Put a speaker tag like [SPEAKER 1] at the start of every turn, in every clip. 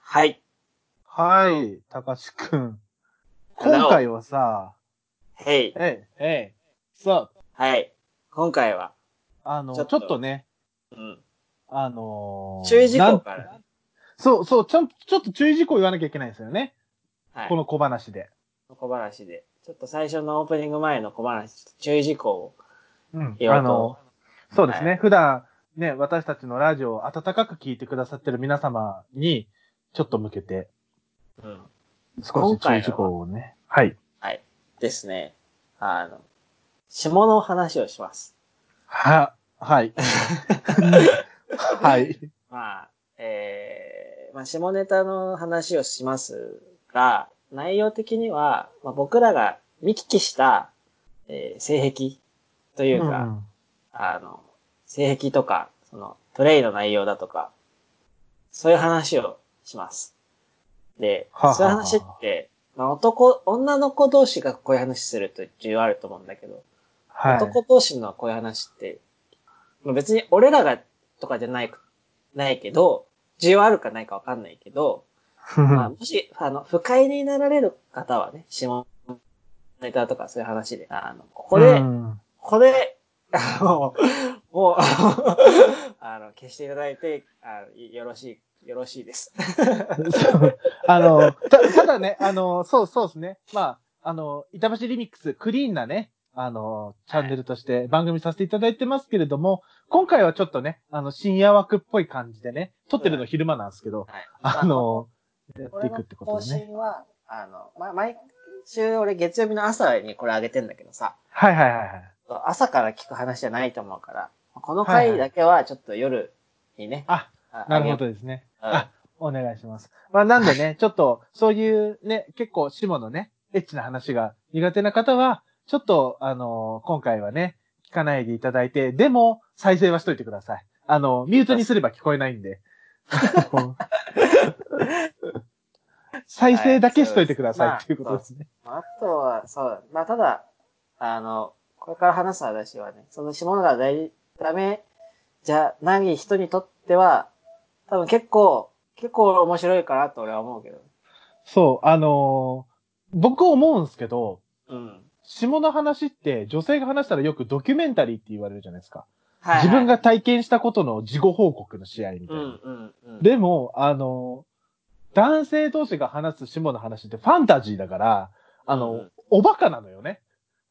[SPEAKER 1] はい。
[SPEAKER 2] はい、たかしくん。今回はさ、
[SPEAKER 1] へい。
[SPEAKER 2] えい、えい、さ
[SPEAKER 1] はい。今回は、
[SPEAKER 2] あ、あの、
[SPEAKER 1] ち
[SPEAKER 2] ち
[SPEAKER 1] ょ
[SPEAKER 2] ょ
[SPEAKER 1] っと
[SPEAKER 2] っとね、
[SPEAKER 1] うん。
[SPEAKER 2] あのー
[SPEAKER 1] 注意事項から
[SPEAKER 2] なんそう、そう、ちょん、ちょっと注意事項言わなきゃいけないんですよね。
[SPEAKER 1] はい。
[SPEAKER 2] この小話で。
[SPEAKER 1] 小話で。ちょっと最初のオープニング前の小話、注意事項を
[SPEAKER 2] うん
[SPEAKER 1] 言おうと。
[SPEAKER 2] あの、そうですね。
[SPEAKER 1] は
[SPEAKER 2] 普段、ね、私たちのラジオを温かく聞いてくださってる皆様に、ちょっと向けて、
[SPEAKER 1] うん。
[SPEAKER 2] 少し注意事項をね。はい。
[SPEAKER 1] はい。ですね。あの、下の話をします。
[SPEAKER 2] は、 はい。はい。
[SPEAKER 1] まあ、えー、まあ、下ネタの話をしますが、内容的には、まあ、僕らが見聞きした、えー、性癖というか、
[SPEAKER 2] うん
[SPEAKER 1] あの、性癖とか、その、プレイの内容だとか、そういう話をします。で、
[SPEAKER 2] はあはあ
[SPEAKER 1] そういう話って、まあ、男、女の子同士がこういう話すると重要あると思うんだけど、
[SPEAKER 2] はい。
[SPEAKER 1] 男同士のこういう話って、まあ別に俺らがとかじゃないく、ないけど、需要あるかないかわかんないけど、まあ、もし、あの、不快になられる方はね、下ネタとかそういう話で、あの、ここで、
[SPEAKER 2] うん
[SPEAKER 1] これ、あの、もう、 あの、消していただいて、あのよろしい、よろしいです。
[SPEAKER 2] そうあの、た、ただね、あの、そうそうですね。まあ、あの、板橋リミックス、クリーンなね、あの、チャンネルとして番組させていただいてますけれども、今回はちょっとね、あの、深夜枠っぽい感じでね、撮ってるの昼間なんですけど、
[SPEAKER 1] はい、
[SPEAKER 2] あの、や
[SPEAKER 1] ま
[SPEAKER 2] っ
[SPEAKER 1] あ、
[SPEAKER 2] ていくってこと
[SPEAKER 1] これの
[SPEAKER 2] で
[SPEAKER 1] 更
[SPEAKER 2] ね。
[SPEAKER 1] 新は、あの、まあ、毎週俺月曜日の朝にこれ上げてんだけどさ、
[SPEAKER 2] はいはいはいはい。
[SPEAKER 1] 朝から聞く話じゃないと思うから、この回だけはちょっと夜にね、
[SPEAKER 2] あ、
[SPEAKER 1] あ
[SPEAKER 2] なるほ。どですね。
[SPEAKER 1] あげよううん
[SPEAKER 2] あお願いします。まあ、なん でね、ちょっと、そういうね、結構、下のね、エッチな話が苦手な方は、ちょっと、あのー今回はね、聞かないでいただいて、でも、再生はしといてください。あの、ミュートにすれば聞こえない んで。再生だけしといてくださいっていうことですね。
[SPEAKER 1] まああとは、そう、まあ、ただ、あの、これから話す話はね、その下のが大事、ダメじゃない人にとっては、多分結構、結構面白いかなと俺は思うけど。
[SPEAKER 2] そう、あのー僕思うんですけど、
[SPEAKER 1] うん。
[SPEAKER 2] 下の話って女性が話したらよくドキュメンタリーって言われるじゃないですか。
[SPEAKER 1] はい、はい。
[SPEAKER 2] 自分が、体験したことの事後報告の試合みた
[SPEAKER 1] う
[SPEAKER 2] いな。
[SPEAKER 1] んうんうん。、
[SPEAKER 2] でも、あの、男性同士が話す下の話ってファンタジーだから、あの、
[SPEAKER 1] うん
[SPEAKER 2] おバカなのよね、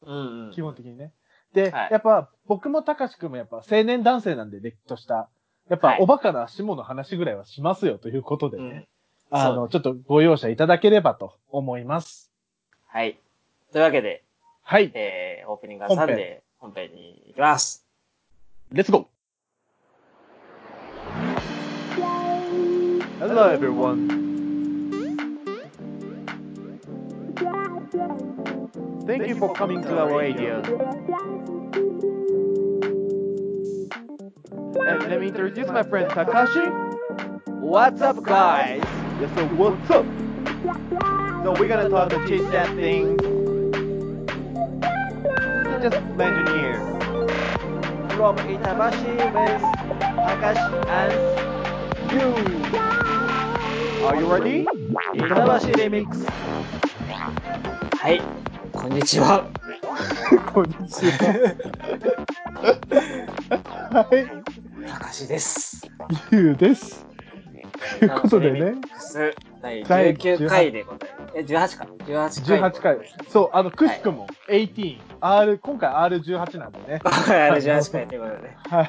[SPEAKER 1] うんうん。
[SPEAKER 2] 基本的にね。で、
[SPEAKER 1] はい
[SPEAKER 2] やっぱ僕も高志くんもやっぱ青年男性なんで、れっきとした。やっぱ、
[SPEAKER 1] はい
[SPEAKER 2] おバカな下の話ぐらいはしますよということでね、
[SPEAKER 1] うん
[SPEAKER 2] あ
[SPEAKER 1] そう
[SPEAKER 2] の、ちょっとご容赦いただければと思います。
[SPEAKER 1] はい。というわけで、
[SPEAKER 2] はい、
[SPEAKER 1] えー、オープニング挟んで本編に行きます。
[SPEAKER 2] レッツゴー
[SPEAKER 3] Hello, everyone. Thank you for coming to our radio. And let me introduce my friend Takashi. What's up, guys? Yes, so what's up? So we're gonna talk and chit chat things. Just mention here. From Itabashi with Takashi and you. Are you ready? 板橋レミックス。
[SPEAKER 1] はい。こんにちは。
[SPEAKER 2] こんに ちは。は
[SPEAKER 1] たかしです。
[SPEAKER 2] い、ゆうです。ということでね。
[SPEAKER 1] 第
[SPEAKER 2] 第
[SPEAKER 1] 19回でございます。え、18か。18回。
[SPEAKER 2] 18回。そう、あの、くしくも、18、R、今回 R18 なんでね。
[SPEAKER 1] はい、18回ということでね。
[SPEAKER 2] は
[SPEAKER 1] はい。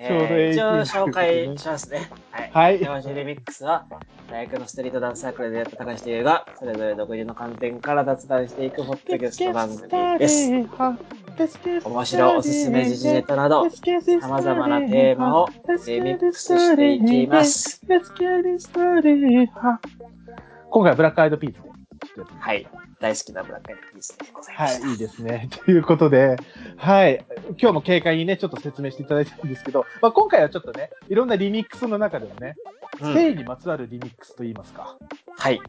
[SPEAKER 1] えー
[SPEAKER 2] ちょうどいい
[SPEAKER 1] 一応紹介しますね。はい。
[SPEAKER 2] はい
[SPEAKER 1] 山リミックスは、大学のストリートダンスサークルでやった高橋優が、それぞれ独自の観点から脱談していくホットキャスト 番組です。
[SPEAKER 2] い。
[SPEAKER 1] 面白おすすめ時事ネタなど、様々なテーマをリミックスしていきます。
[SPEAKER 2] 今回はブラックアイドピースで。
[SPEAKER 1] はい。大好きなブラックアイドピースでございま
[SPEAKER 2] は
[SPEAKER 1] した。
[SPEAKER 2] い、いいですね。ということで、はい、今日も軽快にね、ちょっと説明していただいたんですけど、まあ、今回はちょっとね、いろんなリミックスの中でもね、
[SPEAKER 1] うん
[SPEAKER 2] 性にまつわるリミックスといいますか、
[SPEAKER 1] はい。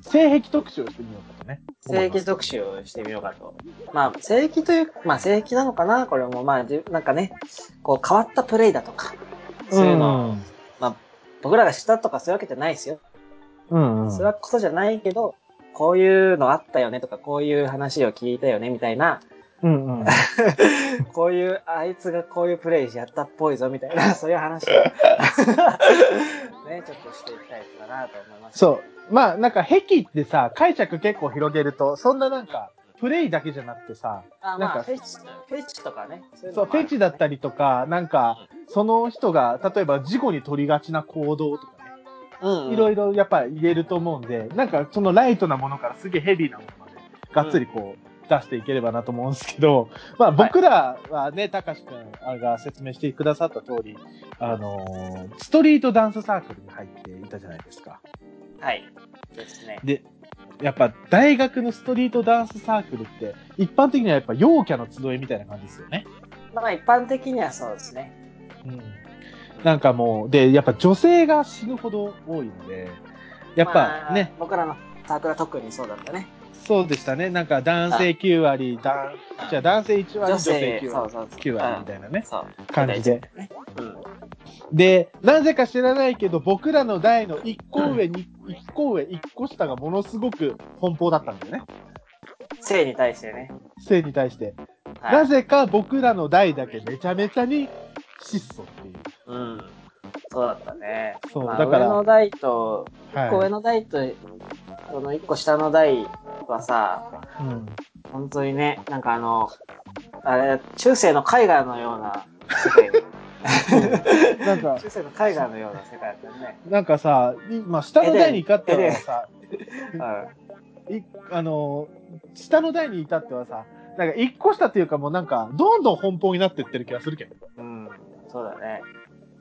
[SPEAKER 2] 性癖特集をしてみようかとね。
[SPEAKER 1] 性癖特集をしてみようかと。まあ、性癖という、まあ、性癖なのかなこれも、まあ、じゅなんかね、こう、変わったプレイだとか、そういうのを、
[SPEAKER 2] ん
[SPEAKER 1] 僕らがしたとかそういうわけじゃないですよ。
[SPEAKER 2] うん、うん。
[SPEAKER 1] それはことじゃないけど、こういうのあったよねとか、こういう話を聞いたよねみたい な、
[SPEAKER 2] うん、うん。
[SPEAKER 1] こういう、あいつがこういうプレイやったっぽいぞみたいな、そういう話をね、ちょっとしていきたいかなと思います。
[SPEAKER 2] そう。まあ、なんか、壁ってさ、解釈結構広げると、そんななんか、プレイだけじゃなくてさ、
[SPEAKER 1] あま
[SPEAKER 2] なんか
[SPEAKER 1] あ、フェチ、フェチとかね。そいの
[SPEAKER 2] そう、
[SPEAKER 1] も
[SPEAKER 2] フ
[SPEAKER 1] ある
[SPEAKER 2] ェチだったりとか、なんか、その人が、例えば事故に取りがちな行動とか
[SPEAKER 1] うん、
[SPEAKER 2] ね、いろ
[SPEAKER 1] い
[SPEAKER 2] いろやっぱ言えると思うんで、なんかそのライトなものからすげえヘビーなものまで、がっつりこう、出していければなと思うんですけど、まあ僕らはね、たかしくんが説明してくださった通り、あのーストリートダンスサークルに入っていたじゃないですか。
[SPEAKER 1] ろ。はい。ですね。
[SPEAKER 2] で、やっぱ大学のストリートダンスサークルって、一般的にはやっぱ陽キャの集いみたいな感じですよね。
[SPEAKER 1] まあ、一般的にはそうですね。
[SPEAKER 2] うんなんかもう、で、やっぱ女性が死ぬほど多いので、やっ
[SPEAKER 1] ま
[SPEAKER 2] ぱ
[SPEAKER 1] あ
[SPEAKER 2] ね、。
[SPEAKER 1] 僕らのサークルは特にそうだったね。
[SPEAKER 2] そうでしたね。なんか男性9割、男、じゃあ男性1割、
[SPEAKER 1] 女
[SPEAKER 2] 女性
[SPEAKER 1] 性、
[SPEAKER 2] 9
[SPEAKER 1] そう
[SPEAKER 2] 割、
[SPEAKER 1] そうそう。
[SPEAKER 2] 9割みたいなね、
[SPEAKER 1] そう。
[SPEAKER 2] 感じで。
[SPEAKER 1] うん。
[SPEAKER 2] で、なぜか知らないけど、僕らの代の1個上に、1個上、1個下がものすごく奔放だったんだよね。
[SPEAKER 1] 性に対してね。
[SPEAKER 2] 性に対して。
[SPEAKER 1] はい
[SPEAKER 2] なぜか僕らの代だけめちゃめちゃに質素っていう。
[SPEAKER 1] うん。そうだったね。
[SPEAKER 2] そう
[SPEAKER 1] まあ
[SPEAKER 2] だから
[SPEAKER 1] 上の台と、
[SPEAKER 2] はい
[SPEAKER 1] 一個上の台と、その一個下の台はさ、
[SPEAKER 2] うん
[SPEAKER 1] 本当にね、なんかあの、あれ、中世の絵画のような世界。
[SPEAKER 2] なんか、
[SPEAKER 1] 中世の絵画のような世界だったね。
[SPEAKER 2] なんかさ、今、下の台に至ってはさ、
[SPEAKER 1] う
[SPEAKER 2] いあのー下の台に至ってはさ、なんか一個下っていうかもうなんか、どんどん奔放になってってる気がするけど。
[SPEAKER 1] ん。うん。そうだね。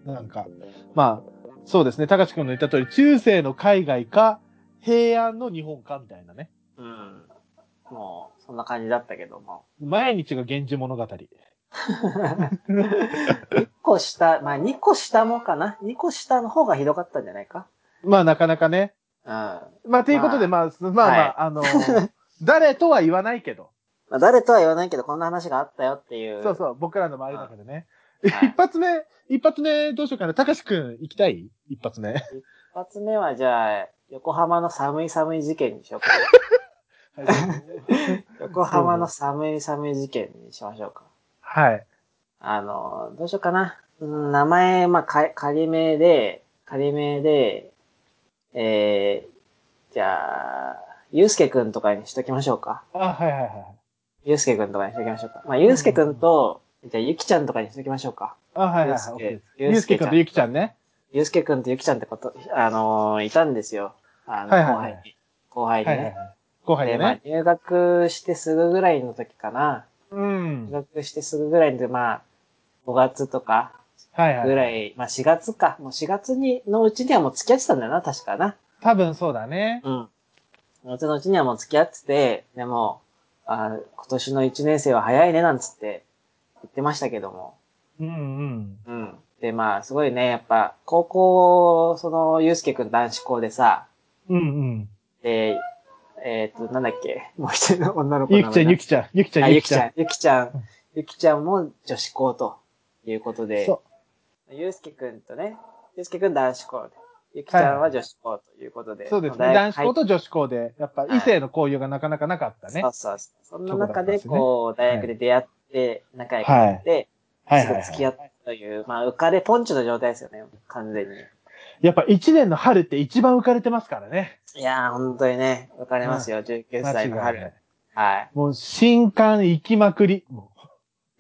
[SPEAKER 2] なんか、まあ、そうですね、高志くんの言った通り、中世の海外か、平安の日本かみたいなね。
[SPEAKER 1] うん。もう、そんな感じだったけども。
[SPEAKER 2] 毎日が源氏物語。
[SPEAKER 1] 一個下、まあ二個下もかな。二個下の方がひどかったんじゃないか。
[SPEAKER 2] まあ、なかなかね。
[SPEAKER 1] うん。ま
[SPEAKER 2] まあ、ということで、まあ、すまあまあ、
[SPEAKER 1] はい
[SPEAKER 2] あのー誰とは言わないけど、
[SPEAKER 1] あ誰とは言わないけど、こんな話があったよっていう。
[SPEAKER 2] そうそう、僕らの周りの中でね。
[SPEAKER 1] はい
[SPEAKER 2] 一発目、一発目どうしようかな。高志くん行きたい一発目。
[SPEAKER 1] 一発目はじゃあ、横浜の寒い寒い事件にしようか。横浜の寒い寒い事件にしましょうか。
[SPEAKER 2] はい。
[SPEAKER 1] あの、どうしようかな。うん名前、まあ、か仮名で、仮名で、えー、じゃあ、ゆうすけくんとかにしときましょうか。
[SPEAKER 2] あ、はいはいはい。
[SPEAKER 1] ゆうすけくんとかにしときましょうか。まあ、ゆうすけくんと、じゃあ、ゆきちゃんとかにしときましょうか。
[SPEAKER 2] あ、はいはい
[SPEAKER 1] ゆうす
[SPEAKER 2] は
[SPEAKER 1] け
[SPEAKER 2] い。
[SPEAKER 1] ゆうすけ
[SPEAKER 2] ゆうすけくんとゆきちゃんね。
[SPEAKER 1] ゆうすけくんとゆきちゃんってこと、あのーいたんですよ。あの、
[SPEAKER 2] はいはい
[SPEAKER 1] 後
[SPEAKER 2] は
[SPEAKER 1] 輩に。後輩に
[SPEAKER 2] いはいはい
[SPEAKER 1] ね。
[SPEAKER 2] はい。後輩
[SPEAKER 1] で、
[SPEAKER 2] で
[SPEAKER 1] まあ
[SPEAKER 2] ね、。
[SPEAKER 1] 入学してすぐぐらいの時かな。
[SPEAKER 2] うん。
[SPEAKER 1] 入学してすぐぐらいで、まあ、5月とか
[SPEAKER 2] はい
[SPEAKER 1] ぐ
[SPEAKER 2] はい。
[SPEAKER 1] らい、まあ4月か。もう4月に、のうちにはもう付き合ってたんだよな、確かな。
[SPEAKER 2] 多分そうだね。
[SPEAKER 1] うん。うちのうちにはもう付き合ってて、でも、あ今年の1年生は早いね、なんつって言ってましたけども。
[SPEAKER 2] うんうん。
[SPEAKER 1] うん。で、まあ、すごいね、やっぱ、高校、その、ゆうすけくん男子校でさ、
[SPEAKER 2] うん
[SPEAKER 1] で、えっ、と、なんだっけ、もう一人の女の
[SPEAKER 2] うん。
[SPEAKER 1] 子
[SPEAKER 2] ゆ
[SPEAKER 1] の名
[SPEAKER 2] きちゃ
[SPEAKER 1] 前
[SPEAKER 2] ん、ゆきちゃん、ゆきちゃ
[SPEAKER 1] あ
[SPEAKER 2] ん、
[SPEAKER 1] ゆきちゃん、ゆきちゃん、ゆきちゃんも女子校ということで。
[SPEAKER 2] そ
[SPEAKER 1] ゆうすけくんとね、ゆうすけくん男子校で、ゆきちゃんは女子校ということで。
[SPEAKER 2] う。そうです
[SPEAKER 1] まあ
[SPEAKER 2] ね。男子校
[SPEAKER 1] だい
[SPEAKER 2] と女子校で、やっぱ異性の交友がなかなかなかった
[SPEAKER 1] ぶ
[SPEAKER 2] ね。
[SPEAKER 1] はい
[SPEAKER 2] は
[SPEAKER 1] そうそうそう。そんな中で、こう、
[SPEAKER 2] ね
[SPEAKER 1] 大学で出会って、仲良くなって、
[SPEAKER 2] い
[SPEAKER 1] す
[SPEAKER 2] はいは
[SPEAKER 1] ぐ付き合
[SPEAKER 2] い。
[SPEAKER 1] ったという、まあ、浮かれポンチョの状態ですよね、完全に。
[SPEAKER 2] やっぱ一年の春って一番浮かれてますからね。
[SPEAKER 1] いやー、本当にね、浮かれますよ、19
[SPEAKER 2] 間違
[SPEAKER 1] 歳
[SPEAKER 2] い
[SPEAKER 1] の
[SPEAKER 2] な
[SPEAKER 1] 春
[SPEAKER 2] い。。
[SPEAKER 1] は
[SPEAKER 2] もう新刊行きまくり。も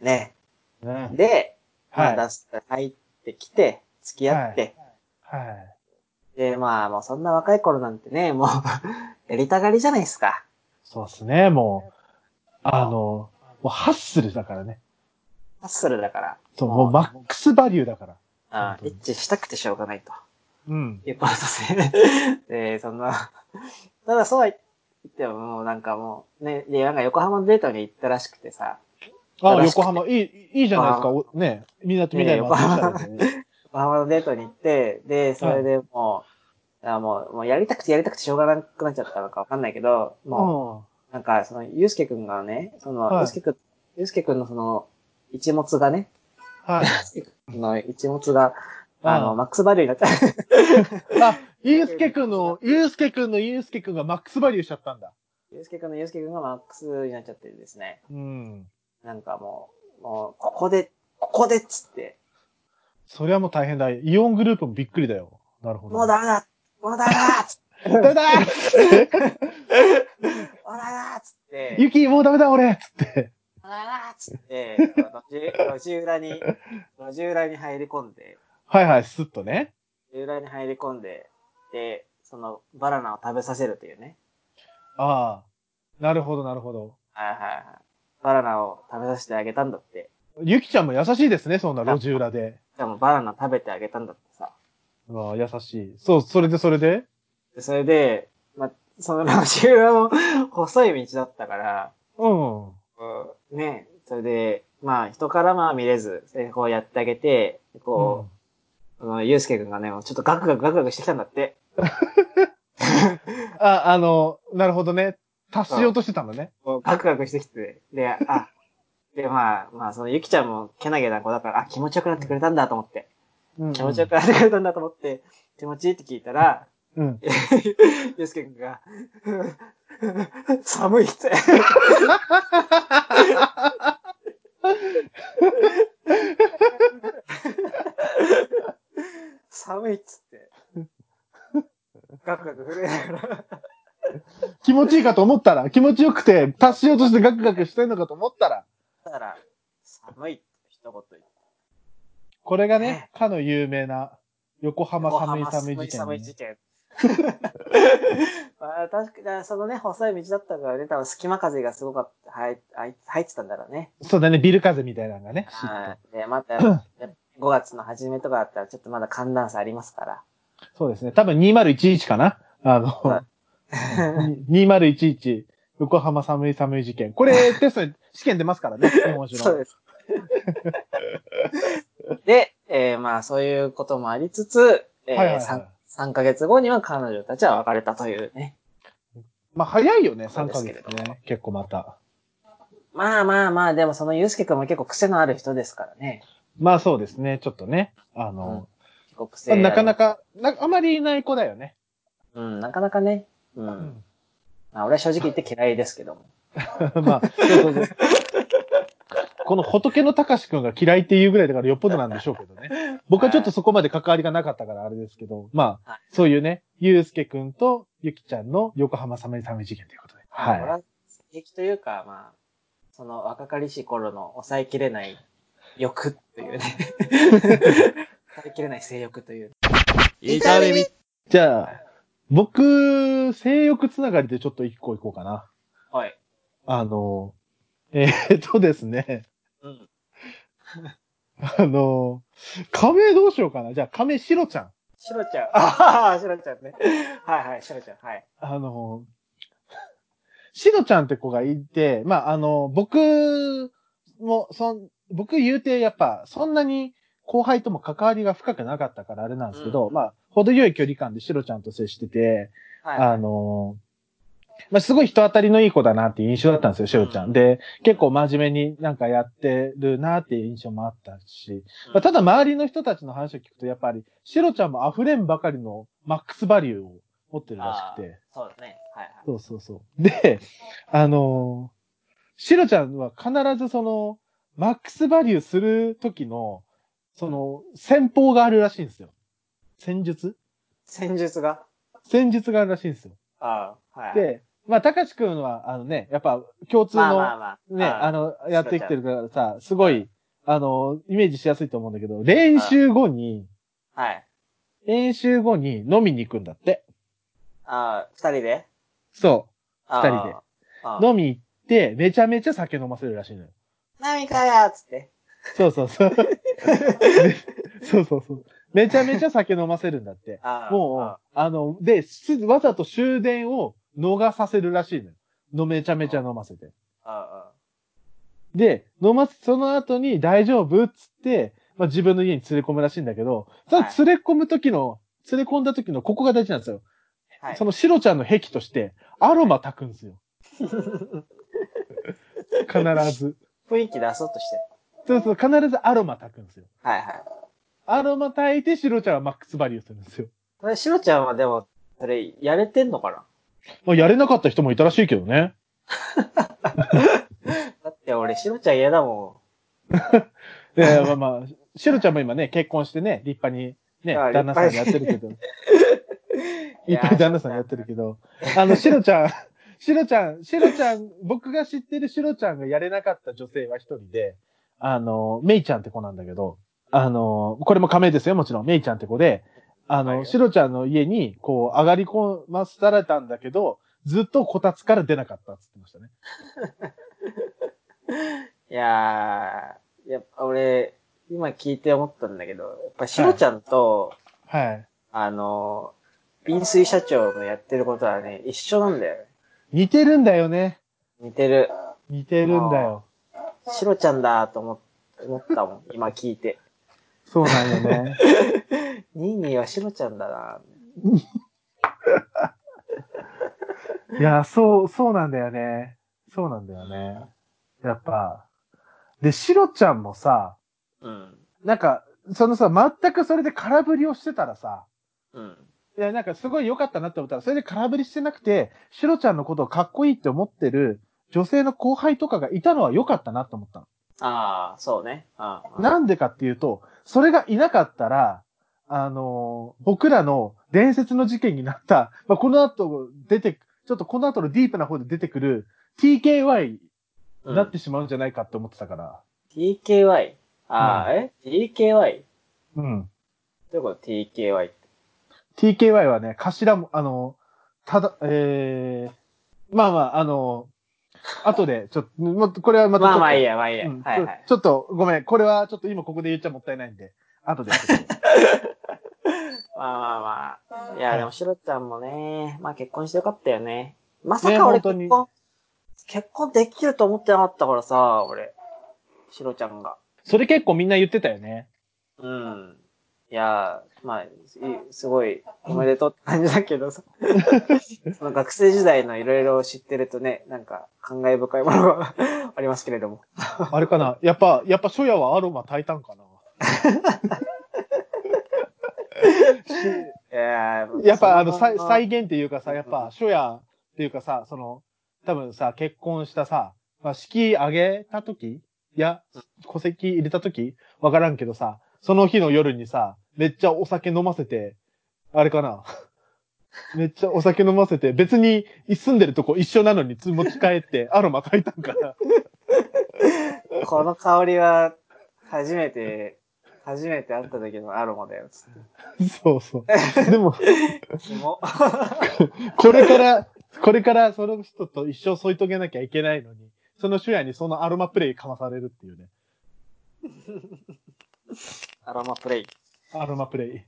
[SPEAKER 1] い。ね。
[SPEAKER 2] ううん
[SPEAKER 1] で、ま
[SPEAKER 2] はい。
[SPEAKER 1] あ、
[SPEAKER 2] は
[SPEAKER 1] 出す、入ってきて、付き合って、
[SPEAKER 2] い。
[SPEAKER 1] で、まあ、もうそんな若い頃なんてね、もう、 やりたがりじゃないですか。
[SPEAKER 2] そうですね、もう。あの、もうハッスルだからね。
[SPEAKER 1] ハッスルだから。
[SPEAKER 2] そう、もうマックスバリューだから。
[SPEAKER 1] あ
[SPEAKER 2] うん
[SPEAKER 1] エッチしたくてしょうがないと。
[SPEAKER 2] うん。
[SPEAKER 1] いうこと で。で、そんな、ただそうは言っても、もうなんかもう、ね、で、なんか横浜のデートに行ったらしくてさ、
[SPEAKER 2] あ、
[SPEAKER 1] 正しくて
[SPEAKER 2] 横浜、いい、いいじゃないですか。おね、みんなとみんなで回ってきたら ね。
[SPEAKER 1] 横浜のデートに行って、で、それでもう、あもう、もうやりたくてやりたくてしょうがなくなっちゃったのかわかんないけど、もう、
[SPEAKER 2] う
[SPEAKER 1] なんか、その、ゆうすけくんがね、その、
[SPEAKER 2] は
[SPEAKER 1] ゆ
[SPEAKER 2] い
[SPEAKER 1] うすけくん、ゆうすけくんのその、一物がね、
[SPEAKER 2] ん。はい。
[SPEAKER 1] の一物が、あの、
[SPEAKER 2] う ん
[SPEAKER 1] マックスバリューになっちゃう。
[SPEAKER 2] あ、ゆうすけくんの、ゆうすけくんのゆうすけくんがマックスバリューしちゃったんだ。
[SPEAKER 1] ゆうすけくんのゆうすけくんがマックスになっちゃってですね。
[SPEAKER 2] うん。
[SPEAKER 1] なんかもう、もう、ここで、ここでっつって、
[SPEAKER 2] それはもう大変だ。イオングループもびっくりだよ。なるほど。
[SPEAKER 1] もうダメだもうダメだっつって
[SPEAKER 2] ダ
[SPEAKER 1] も
[SPEAKER 2] メだ
[SPEAKER 1] うダメだっつって、
[SPEAKER 2] ユキ、もうダメだ俺つって。
[SPEAKER 1] もうダメだっつって、路地路地裏に、路地裏に入り込んで、
[SPEAKER 2] はいはい、スッとね。
[SPEAKER 1] 路地裏に入り込んで、で、そのバナナを食べさせるというね。
[SPEAKER 2] ああ。なるほど、なるほど。
[SPEAKER 1] はいはいはい。バナナを食べさせてあげたんだって。
[SPEAKER 2] ユキちゃんも優しいですね、そんな路地裏で。
[SPEAKER 1] しかもバナナ食べてあげたんだってさ。
[SPEAKER 2] うわあ優しい。そう、それでそれで
[SPEAKER 1] でそれで、まあ、その路地裏も 細い道だったから、
[SPEAKER 2] うん。
[SPEAKER 1] ね、それで、まあ、人からまあ見れず、それでこうやってあげて、こう、あの、ゆうすけくんがね、もうちょっとガクガクガクガクしてきたんだって。
[SPEAKER 2] あ、あの、なるほどね。達しようとしてたんだね。
[SPEAKER 1] こうガクガクしてきて、で、あ、で、まあ、まあ、そのゆきちゃんもけなげな子だから、あ、気持ちよくなってくれたんだと思って、気持ちよくなってくれたんだと思って、気持ちいいって聞いたら、
[SPEAKER 2] うん。
[SPEAKER 1] ゆうすけくんが、寒いって。 寒いっつって。ガクガク震えながら。
[SPEAKER 2] 気持ちいいかと思ったら、気持ちよくて、達しようとしてガクガクしてんのかと思ったら、
[SPEAKER 1] だから、寒いって一言言って。
[SPEAKER 2] これがね
[SPEAKER 1] ね、
[SPEAKER 2] かの有名な、横浜寒い寒い事件、
[SPEAKER 1] 寒い寒い
[SPEAKER 2] ね
[SPEAKER 1] 事。件。 まあ、確かに、そのね、細い道だったからね、多分隙間風がすごかった、入入入ってたんだろうね。
[SPEAKER 2] そうだね、ビル風みたいなのがね。シッと
[SPEAKER 1] はい。で、また、5月の初めとかだったら、ちょっとまだ寒暖差ありますから。
[SPEAKER 2] そうですね。多分2011かなあの
[SPEAKER 1] は、
[SPEAKER 2] 2011、横浜寒い寒い事件。これ、テストに、試験出ますから ね、日本酒の。
[SPEAKER 1] そう です。で、えーまあ、そういうこともありつつ、えー
[SPEAKER 2] はいはいはい
[SPEAKER 1] 3, ヶ月後には彼女たちは別れたというね。
[SPEAKER 2] まあ、早いよね、
[SPEAKER 1] そう
[SPEAKER 2] 3
[SPEAKER 1] で
[SPEAKER 2] ヶ
[SPEAKER 1] すけ
[SPEAKER 2] 月
[SPEAKER 1] れども
[SPEAKER 2] ね。結構また。
[SPEAKER 1] まあまあまあ、でもそのゆうすけくんも結構癖のある人ですからね。
[SPEAKER 2] まあそうですね、ちょっとね。あの、
[SPEAKER 1] 結構癖ある
[SPEAKER 2] なかな。か、なあまりいない子だよね。
[SPEAKER 1] うん、なかなかね。うん。
[SPEAKER 2] うん
[SPEAKER 1] まあ、俺は正直言って嫌いですけども。
[SPEAKER 2] まあ、そうそうそう。この仏の隆くんが嫌いっていうぐらいだからよっぽどなんでしょうけどね。僕はちょっとそこまで関わりがなかったからあれですけど、ま
[SPEAKER 1] は
[SPEAKER 2] あ
[SPEAKER 1] い、
[SPEAKER 2] そういうね、ゆうすけくんとゆきちゃんの横浜サメサメ事件ということで。
[SPEAKER 1] まあ俺
[SPEAKER 2] は
[SPEAKER 1] は素敵というか、まあ、その若かりしい頃の抑えきれない欲というね。抑えきれない性欲という。
[SPEAKER 3] イタレミ
[SPEAKER 2] い。じゃあ、僕、性欲つながりでちょっと一個いこうかな。
[SPEAKER 1] はい。
[SPEAKER 2] あの、えーっとですね。
[SPEAKER 1] うん。
[SPEAKER 2] あの、亀どうしようかな。じゃあ、亀シロちゃん。
[SPEAKER 1] シロちゃん。ああ、シロちゃんね。はいはい、シロちゃん。はい。
[SPEAKER 2] あの、シロちゃんって子がいて、まあ、あの、僕も、そん、僕言うて、やっぱ、そんなに後輩とも関わりが深くなかったからあれなんですけど、
[SPEAKER 1] うん
[SPEAKER 2] まあ、程よい距離感でシロちゃんと接してて、
[SPEAKER 1] はい。
[SPEAKER 2] あの、まあ、すごい人当たりのいい子だなっていう印象だったんですよ、シロちゃん。で、結構真面目になんかやってるなっていう印象もあったし、まあ、ただ周りの人たちの話を聞くと、やっぱり、シロちゃんも溢れんばかりのマックスバリューを持ってるらしくて。
[SPEAKER 1] そうだね。はいはい。
[SPEAKER 2] そうそうそう。で、あのーシロちゃんは必ずその、マックスバリューする時の、その、戦法があるらしいんですよ。戦術
[SPEAKER 1] 戦術が
[SPEAKER 2] 戦術があるらしいんですよ。
[SPEAKER 1] ああ、はい。、
[SPEAKER 2] で、まあ、たかしくんは、あのね、やっぱ、共通
[SPEAKER 1] まあ
[SPEAKER 2] の、
[SPEAKER 1] まあまあ。
[SPEAKER 2] ね、あ
[SPEAKER 1] の、
[SPEAKER 2] の、やってきてるからさ、すごい、あの、イメージしやすいと思うんだけど、練習後に、
[SPEAKER 1] はい。
[SPEAKER 2] 練習後に飲みに行くんだって。
[SPEAKER 1] ああ、二人で
[SPEAKER 2] そ
[SPEAKER 1] 二
[SPEAKER 2] 二人で。
[SPEAKER 1] ああ
[SPEAKER 2] う。飲み行って、めちゃめちゃ酒飲ませるらしいのよ。
[SPEAKER 1] 何かやつって。
[SPEAKER 2] そうそうそう。そうそうそう。めちゃめちゃ酒飲ませるんだって。
[SPEAKER 1] ああ。
[SPEAKER 2] もう、あの、で、すわざと終電を逃させるらしいのよ。のめちゃめちゃ飲ませて。
[SPEAKER 1] ああ、
[SPEAKER 2] で、飲ませ、その後に大丈夫っつって、まあ、自分の家に連れ込むらしいんだけど、その連れ込む時の、連れ込んだ時のここが大事なんですよ。
[SPEAKER 1] ああ。はい。
[SPEAKER 2] そのシロちゃんの癖として、アロマ炊くんで すよ。必ず。
[SPEAKER 1] 雰囲気出そうとしてる。
[SPEAKER 2] そうそう、必ずアロマ炊くんですよ。
[SPEAKER 1] はいはい。
[SPEAKER 2] アロマ炊いてシロちゃんはマックスバリューするんですよ。
[SPEAKER 1] あれ、しのちゃんはでも、それ、やれてんのかな
[SPEAKER 2] まあ、やれなかった人もいたらしいけどね。
[SPEAKER 1] だって俺、しのちゃん嫌だも
[SPEAKER 2] いやいやまあまあ、シロちゃんも今ね、結婚してね、立派に、ね、
[SPEAKER 1] ああ
[SPEAKER 2] 旦那さんやってるけど、
[SPEAKER 1] ん。
[SPEAKER 2] いっぱい旦那さんやってるけど、あの、シロちゃん、 シロちゃん、シロちゃん、僕が知ってるシロちゃんがやれなかった女性は一人で、あの、メイちゃんって子なんだけど、あの、これも仮名ですよ、もちろん。メイちゃんって子で、あ
[SPEAKER 1] はいは
[SPEAKER 2] の、
[SPEAKER 1] い
[SPEAKER 2] シロちゃんの家に、こう、上がり込ませられたんだけど、ずっとこたつから出なかったって言ってましたね。
[SPEAKER 1] いやー、やっぱ俺、今聞いて思ったんだけど、やっぱしのちゃんと、
[SPEAKER 2] はい。
[SPEAKER 1] あの、瓶水社長のやってることはね、一緒なんだよね。
[SPEAKER 2] 似てるんだよね。
[SPEAKER 1] 似てる。
[SPEAKER 2] 似てるんだよ。
[SPEAKER 1] しのちゃんだと思思ったもん、今聞い て。
[SPEAKER 2] そうなんよね。
[SPEAKER 1] ニーニーはしのちゃんだな。
[SPEAKER 2] いや、そう、そうなんだよね。そうなんだよね。やっぱ。で、シロちゃんもさ、
[SPEAKER 1] うん。
[SPEAKER 2] なんか、そのさ、全くそれで空振りをしてたらさ、
[SPEAKER 1] うん。
[SPEAKER 2] いや、なんかすごい良かったなって思ったら、それで空振りしてなくて、シロちゃんのことをかっこいいって思ってる女性の後輩とかがいたのは良かったなと思ったの。
[SPEAKER 1] ああ、そうね。ああ
[SPEAKER 2] なんでかっていうと、それがいなかったら、あのー僕らの伝説の事件になった、まあ、この後出てく、ちょっとこの後のディープな方で出てくる TKY
[SPEAKER 1] うん
[SPEAKER 2] なってしまうんじゃないかって思ってたから。
[SPEAKER 1] TKY? ああ、え ?TKY?
[SPEAKER 2] うん。
[SPEAKER 1] どういうこと ?TKY って。
[SPEAKER 2] TKY はね、頭も、あの、ただ、えー、まあまあ、あの、後で、ちょっと、もっとこれはまたちょ
[SPEAKER 1] ま
[SPEAKER 2] っと。
[SPEAKER 1] あまあいいや、まあいいや。
[SPEAKER 2] うん
[SPEAKER 1] はいはい。
[SPEAKER 2] ちょっと、ごめん。これはちょっと今ここで言っちゃもったいないんで、後で。
[SPEAKER 1] まあまあまあ。いや、
[SPEAKER 2] はい
[SPEAKER 1] でも、しろちゃんもね、まあ結婚してよかったよね。まさ
[SPEAKER 2] ね
[SPEAKER 1] か俺
[SPEAKER 2] 本当
[SPEAKER 1] 結
[SPEAKER 2] に
[SPEAKER 1] 婚、結婚できると思ってなかったからさ、俺。しろちゃんが。
[SPEAKER 2] それ結構みんな言ってたよね。
[SPEAKER 1] うん。いやー、まあ、いすごい、おめでとうって感じだけど さ。その学生時代のいろいろ知ってるとね、なんか、感慨深いものが ありますけれども。
[SPEAKER 2] あれかな。やっぱ、やっぱ初夜はアロマ炊いたんかな。
[SPEAKER 1] いやー
[SPEAKER 2] やっぱ、あの、
[SPEAKER 1] そ
[SPEAKER 2] 再再現っていうかさ、やっぱ、初夜っていうかさ、その、多分さ、結婚したさ、まあ、式上げた時いや、戸籍入れた時わからんけどさ、その日の夜にさ、めっちゃお酒飲ませて、あれかな。 めっちゃお酒飲ませて、別に住んでるとこ一緒なのにつ持ち帰って、アロマ炊いたんかな。
[SPEAKER 1] この香りは、初めて、初めて会った時のアロマだよ、つって。
[SPEAKER 2] そうそう。でも、
[SPEAKER 1] キモ。
[SPEAKER 2] これから、これからその人と一生添い遂げなきゃいけないのに、その初夜にそのアロマプレイかまされるっていうね。
[SPEAKER 1] アロマプレイ。
[SPEAKER 2] アロマプレイ。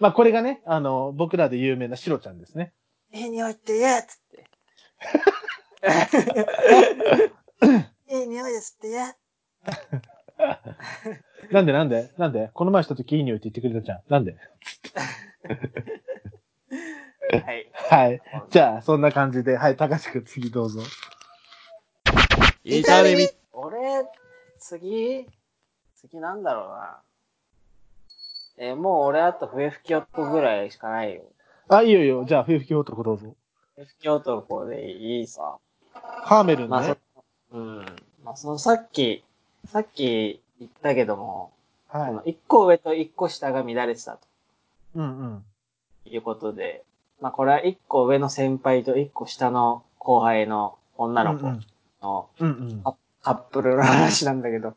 [SPEAKER 2] まあ、これがね、あの、僕らで有名なシロちゃんですね。
[SPEAKER 1] いい匂いって言えっつって。 いい匂いですって言え。
[SPEAKER 2] なんでなんでなんでこの前した時いい匂いって言ってくれたじゃん。なんで
[SPEAKER 1] はい。
[SPEAKER 2] はい。じゃあ、そんな感じで、はい、高橋くん次どうぞ。
[SPEAKER 3] イタレミ
[SPEAKER 1] 俺、次、次なんだろうな。えーもう俺あと笛吹き男ぐらいしかないよ。
[SPEAKER 2] あ、いいよいいよ。じゃあ、冬吹き男どうぞ。
[SPEAKER 1] 笛吹き男でいいさ。
[SPEAKER 2] ハーメル
[SPEAKER 1] ま
[SPEAKER 2] の
[SPEAKER 1] あ、
[SPEAKER 2] ね。
[SPEAKER 1] そ、うん。まあ、そのさっき、さっき言ったけども、この
[SPEAKER 2] は
[SPEAKER 1] 一個上と一個下が乱れてた
[SPEAKER 2] い。うんうん。
[SPEAKER 1] ということで、まあ、これは一個上の先輩と一個下の後輩の女の子
[SPEAKER 2] う
[SPEAKER 1] の、
[SPEAKER 2] んうんうん。
[SPEAKER 1] カップルの話なんだけど、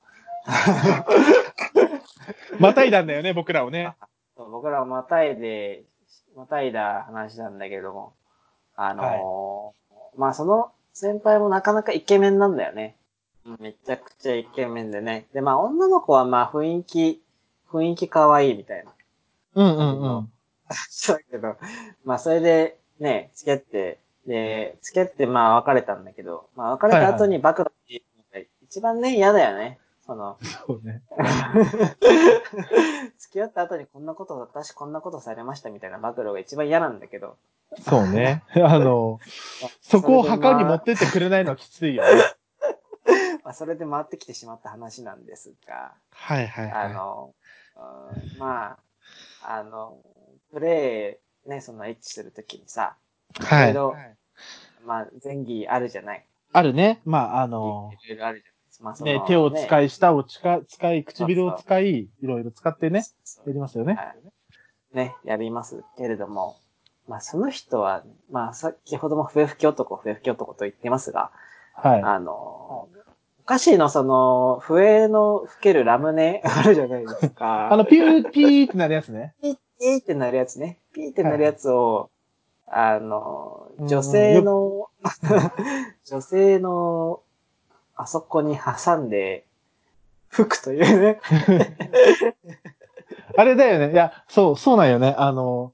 [SPEAKER 2] またいだんだよね、僕らをね。
[SPEAKER 1] 僕らはまたいで、またいだ話なんだけども、あのーまあその先輩もなかなかイケメンなんだよね。うんめちゃくちゃイケメンでね。で、まあ女の子はまあ雰囲気、雰囲気可愛いみたいな。
[SPEAKER 2] うんうんうん。
[SPEAKER 1] そうだけど、まあそれでね、付き合って、で、付き合ってまあ別れたんだけど、まあ別れた後に暴露っていうのが一番ね、嫌だよね。その、
[SPEAKER 2] そうね。
[SPEAKER 1] 付き合った後にこんなこと、私こんなことされましたみたいな暴露が一番嫌なんだけど。
[SPEAKER 2] そうね。あの、そこを墓に持ってってくれないのはきついよね。
[SPEAKER 1] まあ、それで回ってきてしまった話なんですが、
[SPEAKER 2] はいはい
[SPEAKER 1] あの、うんまあ、あの、プレイね、そのエッチするときにさ、い
[SPEAKER 2] は
[SPEAKER 1] ろい
[SPEAKER 2] い。
[SPEAKER 1] ろ、まあ、前儀あるじゃない。
[SPEAKER 2] あるね。まあ、あの、
[SPEAKER 1] いろいろあるじゃないですか。まあ、その、
[SPEAKER 2] ね、手を使
[SPEAKER 1] い、
[SPEAKER 2] い、舌を使い、使い、唇を使い、いろいろ使ってね、
[SPEAKER 1] そう
[SPEAKER 2] やりますよね。
[SPEAKER 1] はいね、やりますけれども、まあ、その人は、まあ、先ほども笛吹き男、笛吹き男と言ってますが、
[SPEAKER 2] は
[SPEAKER 1] あの、お菓子のその、笛の吹けるラムネ あるじゃないです
[SPEAKER 2] い。
[SPEAKER 1] か。
[SPEAKER 2] あの、ピューピーってなるやつね。
[SPEAKER 1] ピッ、ピーってなるやつね。ピーってなるやつを、あの、
[SPEAKER 2] うん
[SPEAKER 1] 女性の、 女性の、あそこに挟んで、吹くという ね。
[SPEAKER 2] あれだよね。いや、そう、そうなんよね。あの、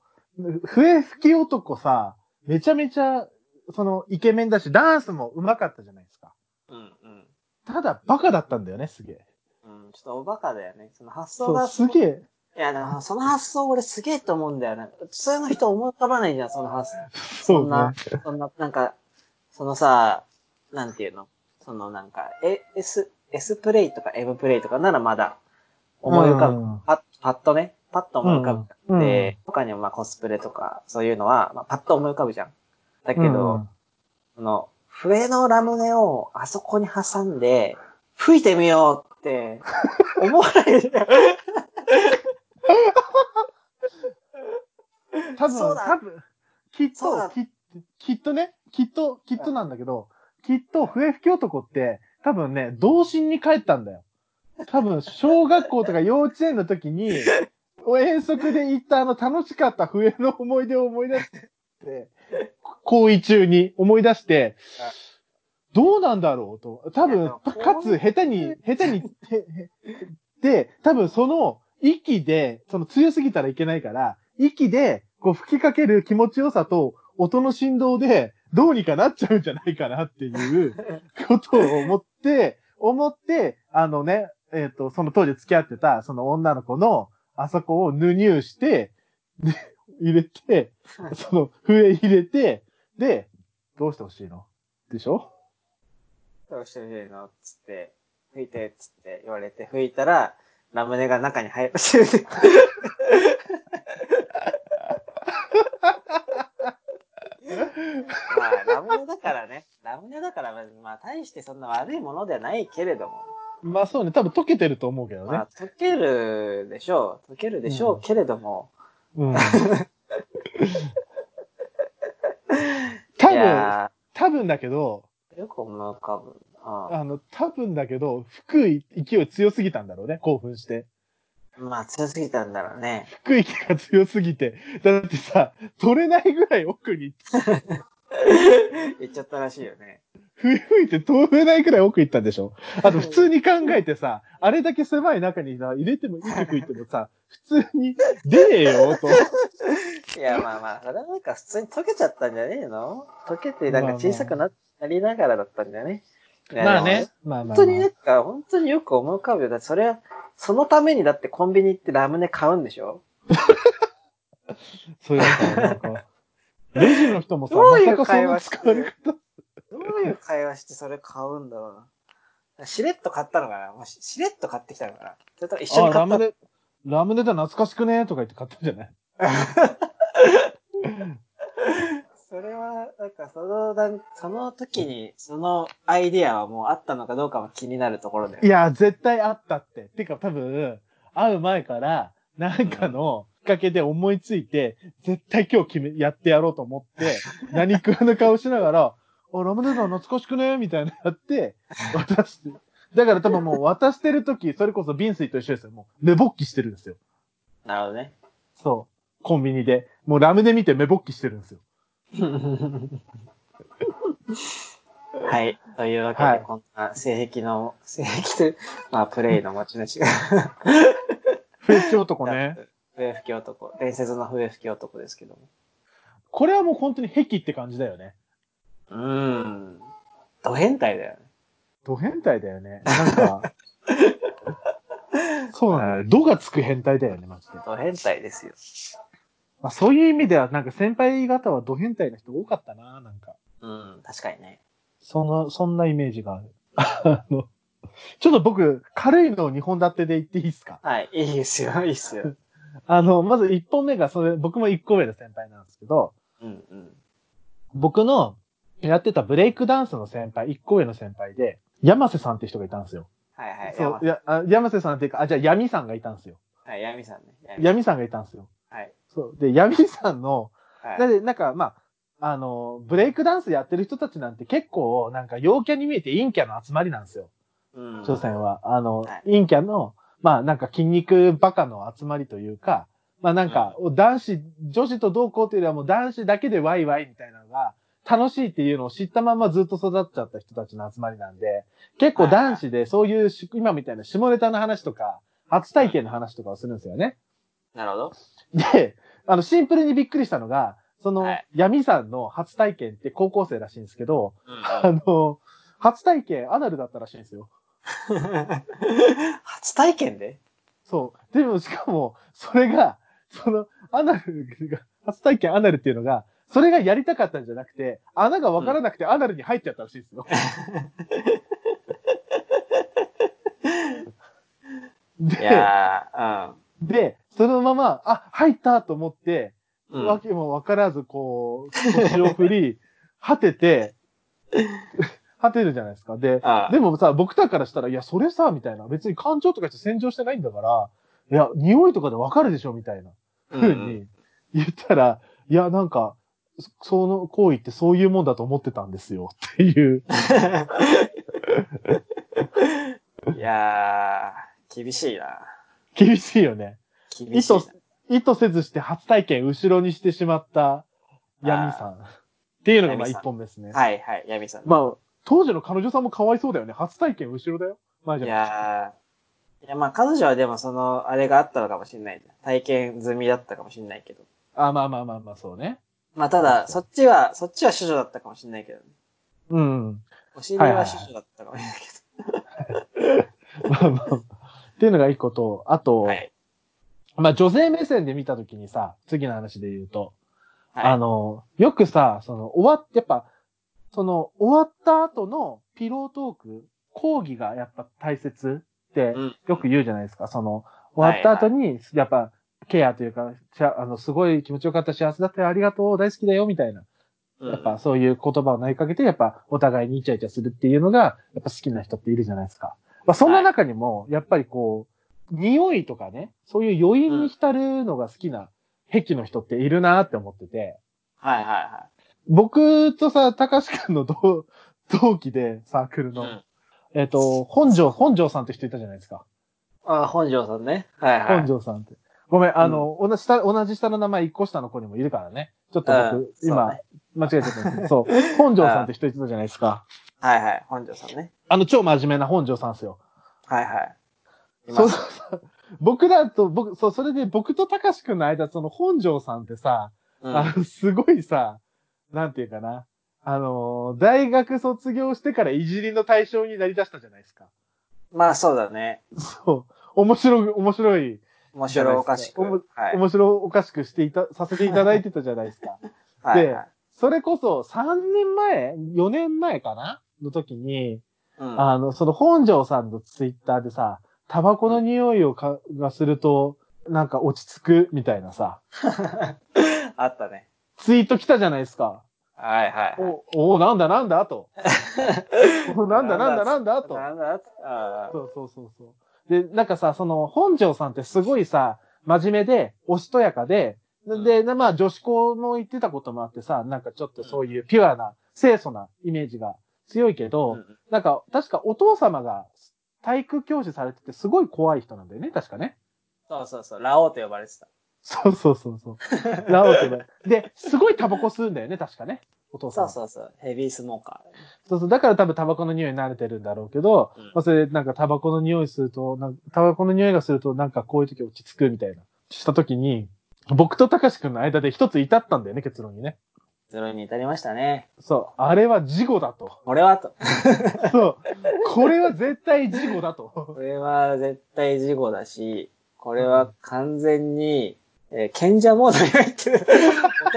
[SPEAKER 2] 笛吹き男さ、めちゃめちゃ、その、イケメンだし、ダンスも上手かったじゃないですか。
[SPEAKER 1] うんうん。
[SPEAKER 2] ただ、バカだったんだよね、すげえ。
[SPEAKER 1] うん、ちょっとおバカだよね。その発想
[SPEAKER 2] そう、
[SPEAKER 1] が。
[SPEAKER 2] すげえ。
[SPEAKER 1] いや、でもその発想俺すげえと思うんだよね。普通の人思い浮かばないじゃん、その発想。
[SPEAKER 2] そ
[SPEAKER 1] そん
[SPEAKER 2] うね
[SPEAKER 1] な。、そんな、なんか、そのさ、なんていうのそのなんか、え S、S プレイとか M プレイとかならまだ思い浮かぶ。
[SPEAKER 2] ぶ。
[SPEAKER 1] パッ、パッとね、パッと思い浮かぶじゃん。
[SPEAKER 2] うん
[SPEAKER 1] で、他にもまあコスプレとか、そういうのは、まあ、パッと思い浮かぶじゃん。だけど、
[SPEAKER 2] うん
[SPEAKER 1] その、笛のラムネをあそこに挟んで、吹いてみようって、思わないじゃん。
[SPEAKER 2] 多分、
[SPEAKER 1] そうだ
[SPEAKER 2] 多分、きっ
[SPEAKER 1] そう
[SPEAKER 2] と
[SPEAKER 1] だ
[SPEAKER 2] き、きっとね、きっと、きっとなんだけど、きっと笛吹き男って、多分ね、童心に帰ったんだよ。多分、小学校とか幼稚園の時に、遠足で行ったあの楽しかった笛の思い出を思い出して、行為中に思い出して、どうなんだろうと。多
[SPEAKER 1] い
[SPEAKER 2] 分、
[SPEAKER 1] や
[SPEAKER 2] か
[SPEAKER 1] でも
[SPEAKER 2] つ、下手に、下手に、へへで、多分その、息で、その強すぎたらいけないから、息で、こう吹きかける気持ちよさと、音の振動で、どうにかなっちゃうんじゃないかなっていう、ことを思って、思って、あのね、えっ、と、その当時付き合ってた、その女の子の、あそこをぬにゅうして、 で、入れて、その笛入れて、で、どうしてほしいのでしょ
[SPEAKER 1] どうしてほしいのつって、吹いて、つって言われて、吹いたら、ラムネが中に入る。 まあ、ラムネだからね。ラムネだから、まあ、大してそんな悪いものではないけれども。
[SPEAKER 2] まあそうね、多分溶けてると思うけどね。
[SPEAKER 1] まあ、溶けるでしょう。溶けるでしょ
[SPEAKER 2] う
[SPEAKER 1] うんけれども。
[SPEAKER 2] うん。多
[SPEAKER 1] い
[SPEAKER 2] 分、
[SPEAKER 1] や
[SPEAKER 2] 多分だけど、
[SPEAKER 1] ーよく思うかぶ。う
[SPEAKER 2] あの、多分だけど、吹く勢い強すぎたんだろうね、興奮して。
[SPEAKER 1] ん。まあ、強すぎたんだろうね。
[SPEAKER 2] 吹く息が強すぎて。だってさ、取れないぐらい奥に、
[SPEAKER 1] 言っちゃったらしいよね。
[SPEAKER 2] 吹いて取れないぐらい奥行ったんでし ょあと普通に考えてさ、あれだけ狭い中にさ、入れても息吹いてもさ、普通に出えよ、と。
[SPEAKER 1] いや、まあまあ、それはなんか普通に溶けちゃったんじゃねえの溶けて、なんか小さくななりながらだったんじゃねいや
[SPEAKER 2] まあ
[SPEAKER 1] でも
[SPEAKER 2] ね。まあまあ、まあ。
[SPEAKER 1] 本当になんか、本当によく思い浮かぶよ。だってそれは、そのためにだってコンビニ行ってラムネ買うんでしょ
[SPEAKER 2] そういうさ、なんか、 レジの人もさ、
[SPEAKER 1] どういう
[SPEAKER 2] まさかそんな使われ方。
[SPEAKER 1] どういう会話してそれ買うんだろうな。しれっと買ったのかなもし、しれっと買ってきたのかなそれとも一緒
[SPEAKER 2] あ、
[SPEAKER 1] に買
[SPEAKER 2] ラ
[SPEAKER 1] ったの
[SPEAKER 2] ムネ、ラムネだ懐かしくねとか言って買ったんじゃない
[SPEAKER 1] それは、なんかその段、その時に、そのアイディアはもうあったのかどうかも気になるところだよ
[SPEAKER 2] い。や、絶対あったって。てか多分、会う前から、なんかのきっかけで思いついて、絶対今日決め、やってやろうと思 って、何食わぬ顔しながら、あ、ラムネだ、懐かしくねみたいなやって、渡して。だから多分もう渡してる時、それこそ瓶水と一緒ですよ。もう、目ぼっきしてるんですよ。
[SPEAKER 1] なるほどね。
[SPEAKER 2] そう。コンビニで。もうラムネ見て目ぼっきしてるん ですよ。
[SPEAKER 1] はい。というわけで、
[SPEAKER 2] はい
[SPEAKER 1] こんな性癖の、性癖という、 まあ、プレイの持ち主が、
[SPEAKER 2] フェチ男ね。
[SPEAKER 1] 笛吹き男、伝説の笛吹き男ですけども。
[SPEAKER 2] これはもう本当に癖って感じだよね。
[SPEAKER 1] うーん。ド変態だよね。
[SPEAKER 2] ド変態だ よね。なんか。そうなんだよ。ドがつく変態だよね、マジで。
[SPEAKER 1] ド変態ですよ。
[SPEAKER 2] まあ、そういう意味では、なんか先輩方はド変態な人多かったな、なんか。
[SPEAKER 1] うん、確かにね。
[SPEAKER 2] その、そんなイメー ジがある。あの、ちょっと僕、軽いのを2本立てで言っていいですか
[SPEAKER 1] はい。いいですよ、いいですよ。
[SPEAKER 2] あの、まず1本目が、それ、僕も1個上の先輩なんですけど、
[SPEAKER 1] うんうん。
[SPEAKER 2] 僕のやってたブレイクダンスの先輩、1個上の先輩で、山瀬さんって人がいたんですよ。
[SPEAKER 1] はいはい。
[SPEAKER 2] そう
[SPEAKER 1] 山、
[SPEAKER 2] いや、あ山瀬さんっていうか、あ、じゃあ闇さんがいたんですよ。
[SPEAKER 1] はい、闇さんね。闇
[SPEAKER 2] 闇さんがいたんですよ。
[SPEAKER 1] はい。
[SPEAKER 2] そう。で、闇さんの、
[SPEAKER 1] は。
[SPEAKER 2] ないんで、なんか、まあ、あの、ブレイクダンスやってる人たちなんて結構、なんか陽キャに見えて陰キャの集まりなんですよ。
[SPEAKER 1] うん
[SPEAKER 2] 朝鮮は。あの、
[SPEAKER 1] はい
[SPEAKER 2] 陰キャの、まあなんか筋肉バカの集まりというか、まあなんか、男子、女子とどうこうというよりはもう男子だけでワイワイみたいなのが、楽しいっていうのを知ったままずっと育っちゃった人たちの集まりなんで、結構男子でそういうし、今みたいな下ネタの話とか、初体験の話とかをするんですよね。
[SPEAKER 1] なるほど。
[SPEAKER 2] で、あの、シンプルにびっくりしたのが、その
[SPEAKER 1] はい、
[SPEAKER 2] 闇さんの初体験って高校生らしいんですけど、
[SPEAKER 1] うん
[SPEAKER 2] あの、初体験アナルだったらしいんですよ。
[SPEAKER 1] 初体験で
[SPEAKER 2] そう。でも、しかも、それが、その、アナルが、初体験アナルっていうのが、それがやりたかったんじゃなくて、穴がわからなくてアナルに入っちゃったらしいです よ。
[SPEAKER 1] い
[SPEAKER 2] で、
[SPEAKER 1] やー、
[SPEAKER 2] で、そのまま、あ、入ったと思って、
[SPEAKER 1] うん。う
[SPEAKER 2] わ
[SPEAKER 1] ん
[SPEAKER 2] けもわからず、こう、腰を振り、 果てて、 果てるじゃないですか。で、
[SPEAKER 1] あ
[SPEAKER 2] でもさ、僕らからしたら、いや、それさ、みたいな。別に感情とかして洗浄してないんだから、いや、匂いとかでわかるでしょ、みたいな。
[SPEAKER 1] う
[SPEAKER 2] ふうんに言ったら、いや、なんか、そその行為ってそういうもんだと思ってたんですよ、っていう。
[SPEAKER 1] うんいやー、厳しいな。
[SPEAKER 2] 厳しいよね。
[SPEAKER 1] 厳
[SPEAKER 2] 意
[SPEAKER 1] しい
[SPEAKER 2] 図
[SPEAKER 1] な。、
[SPEAKER 2] 意図せずして初体験後ろにしてしまった闇さん。っていうのがまあ
[SPEAKER 1] 闇
[SPEAKER 2] 一
[SPEAKER 1] さん
[SPEAKER 2] 本目ですね。
[SPEAKER 1] はいはい、闇さん。
[SPEAKER 2] まあ、当時の彼女さんもかわいそうだよね。初体験後ろだよ。まあじ
[SPEAKER 1] い
[SPEAKER 2] ゃ
[SPEAKER 1] やー、いやまあ彼女はでもその、あれがあったのかもしれないじゃん。体験済みだったかもしれないけど。
[SPEAKER 2] あ。あ、まあまあまあまあ、そうね。
[SPEAKER 1] まあただ、そっちは、そっちは処女だったかもしれないけど、ね、
[SPEAKER 2] うん。
[SPEAKER 1] お尻は処女だったかもしれないけ
[SPEAKER 2] まあまあ。っていうのが一個と、あと、
[SPEAKER 1] ど。はい。
[SPEAKER 2] まあ女性目線で見たときにさ、次の話で言うと、あ
[SPEAKER 1] はい。
[SPEAKER 2] の、よくさ、その、終わっ、やっぱ、その、終わった後のピロートーク、講義がやっぱ大切って
[SPEAKER 1] うん、
[SPEAKER 2] よく言うじゃないですか。その、終わった後に、やっぱ、ケアというか、しゃあの、すごい気持ちよかった、幸せだったよ、ありがとう、大好きだよ、みたいな。やっぱ、そういう言葉を投げかけて、やっぱ、お互いにイチャイチャするっていうのが、やっぱ好きな人っているじゃないですか。まあ、そんな中にも、やっぱりこう、匂いとかね、そういう余韻に浸るのが好きな、癖の人っているなって思ってて。
[SPEAKER 1] はいは
[SPEAKER 2] 僕とさ、高橋くんの同同期で、サークル
[SPEAKER 1] いは
[SPEAKER 2] の。
[SPEAKER 1] い。うん
[SPEAKER 2] えっ、と、本庄、本庄さんって人いたじゃないですか。
[SPEAKER 1] あ、本庄さんね。はいはい。
[SPEAKER 2] 本庄さんって。ごめん、あの、同じ下、同じ下の名前、一個下の子にもいるからね。ちょっと僕、
[SPEAKER 1] うん
[SPEAKER 2] 今、間違えちゃったんですけど、そう。本庄さんって人いたじゃないですか。
[SPEAKER 1] はいはい。本庄さんね。
[SPEAKER 2] あの、超真面目な本庄さんですよ。
[SPEAKER 1] はいはい。い
[SPEAKER 2] そ
[SPEAKER 1] ま
[SPEAKER 2] う
[SPEAKER 1] す
[SPEAKER 2] そうそう。僕だと、僕、そう、それで僕と高橋くんの間、その本庄さんってさ、
[SPEAKER 1] うん
[SPEAKER 2] あの、すごいさ、なんていうかな。あのー、大学卒業してからいじりの対象になりだしたじゃないですか。
[SPEAKER 1] まあそうだね。
[SPEAKER 2] そう。面白い、面白い、
[SPEAKER 1] 面白おかしく。
[SPEAKER 2] おも
[SPEAKER 1] はい。
[SPEAKER 2] 面白おかしくしていた、させていただいてたじゃないです か。
[SPEAKER 1] はいはい。
[SPEAKER 2] それこそ3年前、4年前かなの時に、
[SPEAKER 1] うん
[SPEAKER 2] あの、その本庄さんのツイッターでさ、タバコの匂いをか、がすると、なんか落ち着くみたいなさ、
[SPEAKER 1] あったね。
[SPEAKER 2] ツイート来たじゃないですか。
[SPEAKER 1] はいはいはい。
[SPEAKER 2] お、お、なんだなん だと。おなんだなんだなんだと。
[SPEAKER 1] なんだあ
[SPEAKER 2] そうそうそうそう。で、なんかさ、その、本庄さんってすごいさ、真面目で、おしとやかで、で、でまあ、女子校も行ってたこともあってさ、なんかちょっとそういうピュアな、清楚なイメージが強いけど、
[SPEAKER 1] うん
[SPEAKER 2] なんか、確かお父様が体育教師されててすごい怖い人なんだよね、確かね。
[SPEAKER 1] そうそうそう。ラオウと呼ばれてた。
[SPEAKER 2] そうそうそうそう。ラオウって言われで、すごいタバコ吸うんだよね、確かね。お父さん
[SPEAKER 1] そ
[SPEAKER 2] は
[SPEAKER 1] う。そうそう。ヘビースモーカ
[SPEAKER 2] そうそう、だから多分タバコの匂いに慣れてるんだろうけど、
[SPEAKER 1] うん
[SPEAKER 2] まあそれでなんかタバコの匂いすると、なんかタバコの匂いがするとなんかこういう時落ち着くみたいな、した時に、僕と高志くんの間で一つ至ったんだよね、結論にね。
[SPEAKER 1] ー。ゼロに至りましたね。
[SPEAKER 2] そう、あれは事故だと。
[SPEAKER 1] これはと。
[SPEAKER 2] そう、これは絶対事故だと
[SPEAKER 1] こ。れは絶対事故だし、これは完全に、えー賢者モードに入ってる。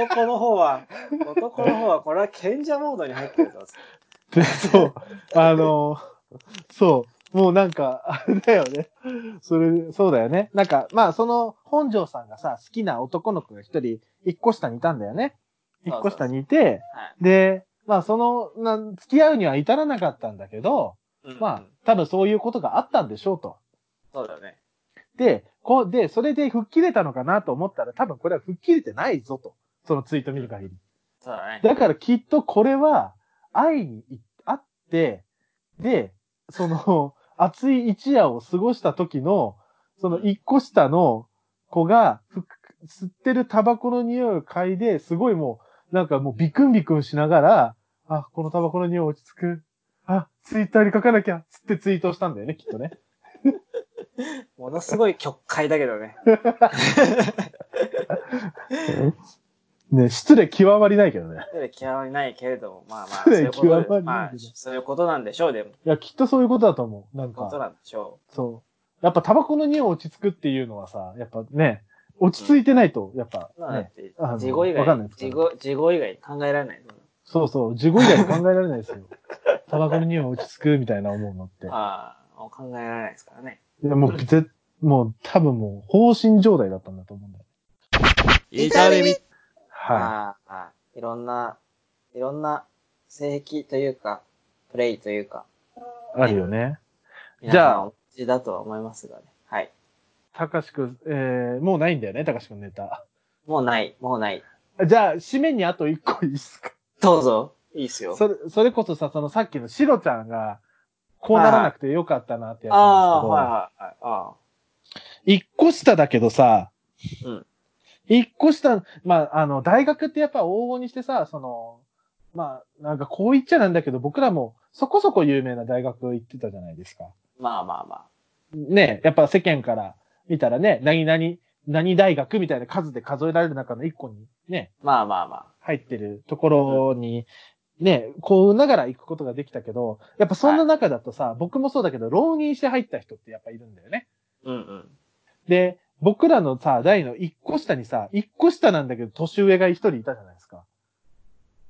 [SPEAKER 1] 男の方は、男の方はこれ は賢者モードに入ってるぞ。
[SPEAKER 2] で、そう、あの、そう、もうなんか、あれだよね。それ、そうだよね。なんか、まあ、その、本庄さんがさ、好きな男の子が一人、一個下にいたんだよね。
[SPEAKER 1] そう
[SPEAKER 2] 一
[SPEAKER 1] そう
[SPEAKER 2] 個下にいて、
[SPEAKER 1] は
[SPEAKER 2] で、まあ、その、なん付き合うには至らなかったんだけど、
[SPEAKER 1] い。うん
[SPEAKER 2] まあ、多分そういうことがあったんでしょうと。
[SPEAKER 1] そうだよね。
[SPEAKER 2] で、こう、で、それで吹っ切れたのかなと思ったら、多分これは吹っ切れてないぞと。そのツイート見る限り。
[SPEAKER 1] そうだね。
[SPEAKER 2] だからきっとこれは、愛にあって、で、その、 熱い一夜を過ごした時の、その一個下の子が、ふ吸ってるタバコの匂いを嗅いで、すごいもう、なんかもうビクンビクンしながら、あ、このタバコの匂い落ち着く。あ、ツイッターに書かなきゃ、つってツイートしたんだよね、きっとね。
[SPEAKER 1] ものすごい曲解だけどね。
[SPEAKER 2] ね、失礼極まりないけどね。
[SPEAKER 1] それ極まりないけれども、まあまあ、
[SPEAKER 2] そ
[SPEAKER 1] そう
[SPEAKER 2] れ
[SPEAKER 1] いうこと
[SPEAKER 2] 極ま
[SPEAKER 1] で
[SPEAKER 2] り
[SPEAKER 1] ま
[SPEAKER 2] ない
[SPEAKER 1] あ
[SPEAKER 2] けど、
[SPEAKER 1] そういうことなんでしょう、でも。
[SPEAKER 2] いや、きっとそういうことだと思う。なん
[SPEAKER 1] そういうこ
[SPEAKER 2] か
[SPEAKER 1] と。なんでしょ
[SPEAKER 2] そう。やっぱタバコの匂い落ち着くっていうのはさ、やっぱね、落ち着いてないと、やっぱ
[SPEAKER 1] う。まあ、だ
[SPEAKER 2] ね
[SPEAKER 1] っ、て
[SPEAKER 2] あの、
[SPEAKER 1] 事後以
[SPEAKER 2] わか
[SPEAKER 1] 外
[SPEAKER 2] んないで、すから
[SPEAKER 1] 事後、事後以外考えられない。
[SPEAKER 2] そうそう、自己以外に考えられないですよ。 タバコの匂い落ち着くみたいな思うのって。
[SPEAKER 1] ああ、もう考えられないですからね。
[SPEAKER 2] いや、もう、ぜ、もう多分もう、放心状態だったんだと思うんだよ。
[SPEAKER 3] 痛み
[SPEAKER 2] は
[SPEAKER 1] ああああ、いろんな、いろんな性癖というか、プレイというか、
[SPEAKER 2] い。あるよね。
[SPEAKER 1] 皆
[SPEAKER 2] じゃあ
[SPEAKER 1] さんお持ちだとは思いますがね。はい。
[SPEAKER 2] たかしくん、えー、もうないんだよね、たかしくんネタ。
[SPEAKER 1] もうない、もうない。
[SPEAKER 2] じゃあ、締めにあと一個いいっすか
[SPEAKER 1] どうぞ。いいっすよ。
[SPEAKER 2] それ、それこそさ、そのさっきのシロちゃんが、こうならなくてよかったなってやつ
[SPEAKER 1] あ
[SPEAKER 2] なんです
[SPEAKER 1] あ、
[SPEAKER 2] けど。
[SPEAKER 1] はいはいはい。あ
[SPEAKER 2] 一個下だけどさ、
[SPEAKER 1] うん。
[SPEAKER 2] 一個下、まあ、あの、大学ってやっぱ往々にしてさ、その、まあ、なんかこう言っちゃなんだけど、僕らもそこそこ有名な大学行ってたじゃないですか。
[SPEAKER 1] あ、まあまあまあ。
[SPEAKER 2] ねやっぱ世間から見たらね、何々、何大学みたいな数で数えられる中の一個にね、
[SPEAKER 1] まあまあまあ。
[SPEAKER 2] 入ってるところに、ね、幸運ながら行くことができたけど、やっぱそんな中だとさ、僕もそうだけど、浪人して入った人ってやっぱいるんだよね。
[SPEAKER 1] うんうん。
[SPEAKER 2] で、僕らのさ、代の一個下にさ、一個下なんだけど、年上が一人いたじゃないですか。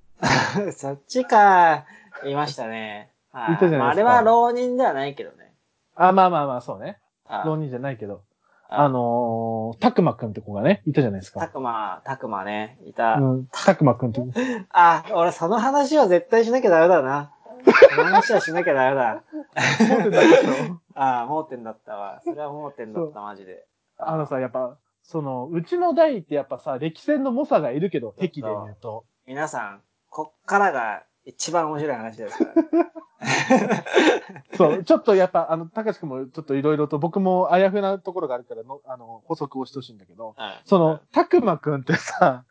[SPEAKER 1] そっちか。言いましたね。はい。
[SPEAKER 2] いたじゃないですか
[SPEAKER 1] まあ、あれは浪人ではないけどね。
[SPEAKER 2] あ、まあまあまあ、そうね。
[SPEAKER 1] あ
[SPEAKER 2] 浪人じゃないけど。
[SPEAKER 1] あ
[SPEAKER 2] あのー、たくまくんって子がね、いたじゃないです
[SPEAKER 1] た
[SPEAKER 2] か。
[SPEAKER 1] くま、たくまね、いた。
[SPEAKER 2] うん、たくまくんって。
[SPEAKER 1] あ、俺その話は絶対しなきゃダメだな。その話はしなきゃダメだ。
[SPEAKER 2] そうでたでしょ。
[SPEAKER 1] ああ、盲点だったわ。それは盲点だった、マジで。
[SPEAKER 2] あのさ、やっぱ、その、うちの代ってやっぱさ、歴戦の猛者がいるけど、敵で言うと。
[SPEAKER 1] 皆さん、こっからが一番面白い話です から、ね。
[SPEAKER 2] そう、ちょっとやっぱ、あの、たかしくんもちょっといろいろと、僕もあやふやなところがあるからの、あの、補足をしてほしいんだけど、
[SPEAKER 1] はい
[SPEAKER 2] その、、たくまくんってさ、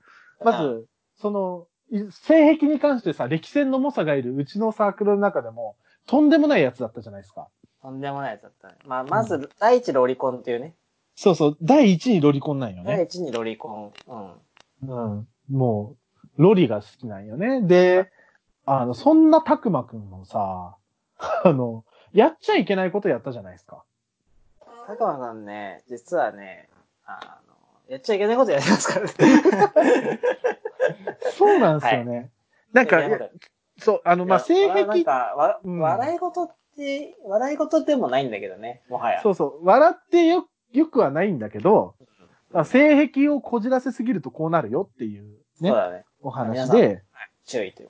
[SPEAKER 2] ま
[SPEAKER 1] う
[SPEAKER 2] ず、その、い性癖に関してさ、歴戦の猛者がいるうちのサークルの中でも、とんでもないやつだったじゃないですか。
[SPEAKER 1] とんでもないやつだったね。まあ、まず、第一ロリコンっていうね。
[SPEAKER 2] そうそう、第一にロリコンなんよ
[SPEAKER 1] 第
[SPEAKER 2] ね。
[SPEAKER 1] 一にロリコン。うん。
[SPEAKER 2] うん。もう、ロリが好きなんよね。で、あの、そんなたくまくんのさ、 あの、やっちゃいけないことやったじゃないですか。
[SPEAKER 1] たくまさんね、実はね、あの、やっちゃいけないことやりますからね。
[SPEAKER 2] そうなんですよね。 なんか、
[SPEAKER 1] いやいや
[SPEAKER 2] そう、あの、まあ、性
[SPEAKER 1] いやなん
[SPEAKER 2] 癖
[SPEAKER 1] か、わ
[SPEAKER 2] うん
[SPEAKER 1] 笑い事って、笑い事でもないんだけどね、もはや。
[SPEAKER 2] そうそう、笑ってよ、よくはないんだけど、あ性癖をこじらせすぎるとこうなるよっていうね
[SPEAKER 1] そう、だね。
[SPEAKER 2] お話
[SPEAKER 1] 皆
[SPEAKER 2] で、
[SPEAKER 1] 注意という。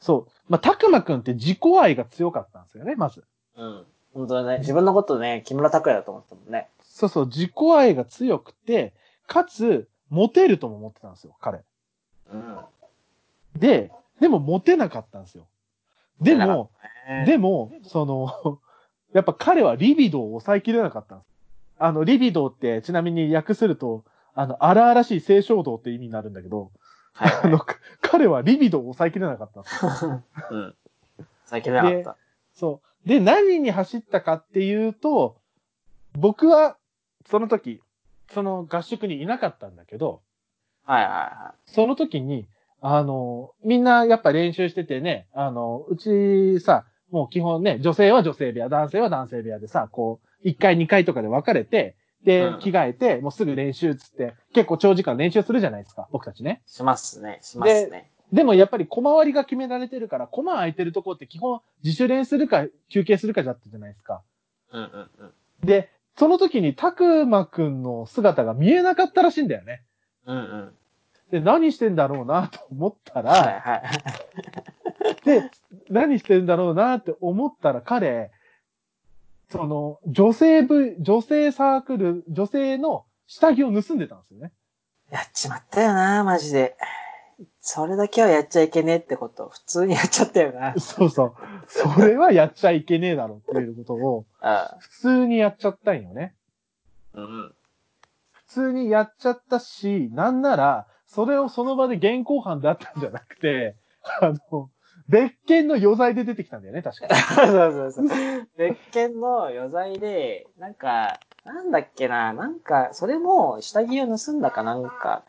[SPEAKER 2] そう。まあ、たくまくんって自己愛が強かったんですよね、まず。
[SPEAKER 1] うん。本当だね。自分のことね、木村拓哉だと思ってたもんね。
[SPEAKER 2] そうそう、自己愛が強くて、かつ、モテるとも思ってたんですよ、彼。
[SPEAKER 1] うん。
[SPEAKER 2] で、でもモテなかったんですよ。で
[SPEAKER 1] モテな
[SPEAKER 2] も、でも、その、 やっぱ彼はリビドーを抑えきれなかったんです。あの、リビドーって、ちなみに訳すると、あの、荒々しい性衝動って意味になるんだけど、
[SPEAKER 1] はい、
[SPEAKER 2] あの、か彼はリビドーを抑えきれなかったんですよ。
[SPEAKER 1] うん。最近なかった。
[SPEAKER 2] そう。で、何に走ったかっていうと、僕は、その時、その合宿にいなかったんだけど、
[SPEAKER 1] はいはいは
[SPEAKER 2] その時に、あの、みんなやっぱ練習しててね、あの、うちさ、もう基本ね、女性は女性部屋、男性は男性部屋でさ、こう、1回2回とかで分かれて、で
[SPEAKER 1] うん、
[SPEAKER 2] 着替えて、もうすぐ練習っつって、結構長時間練習するじゃないですか、僕たちね。
[SPEAKER 1] い。しますね。しますね。
[SPEAKER 2] でもやっぱり小回りが決められてるから、小回空いてるとこって基本自主練するか休憩するかだったじゃないですか。
[SPEAKER 1] うんうんうん。
[SPEAKER 2] で、その時にたくまくんの姿が見えなかったらしいんだよね。
[SPEAKER 1] うんうん。
[SPEAKER 2] で、何してんだろうなと思っ
[SPEAKER 1] は
[SPEAKER 2] た
[SPEAKER 1] い
[SPEAKER 2] ら、
[SPEAKER 1] はい。
[SPEAKER 2] で、何してんだろうなって思ったら彼、その、女性部、女性サークル、女性の下着を盗んでたんですよね。
[SPEAKER 1] やっちまったよな、マジで。それだけはやっちゃいけねえってこと、普通にやっちゃったよな。
[SPEAKER 2] そうそう。それはやっちゃいけねえだろっていうことを、
[SPEAKER 1] あ
[SPEAKER 2] 普通にやっちゃったんよね。
[SPEAKER 1] あうん。
[SPEAKER 2] 普通にやっちゃったし、なんなら、それをその場で現行犯だったんじゃなくて、あの、別件の余罪で出てきたんだよね、確かに。
[SPEAKER 1] そうそうそう。別件の余罪で、なんか、なんだっけな、なんか、それも下着を盗んだかなんか、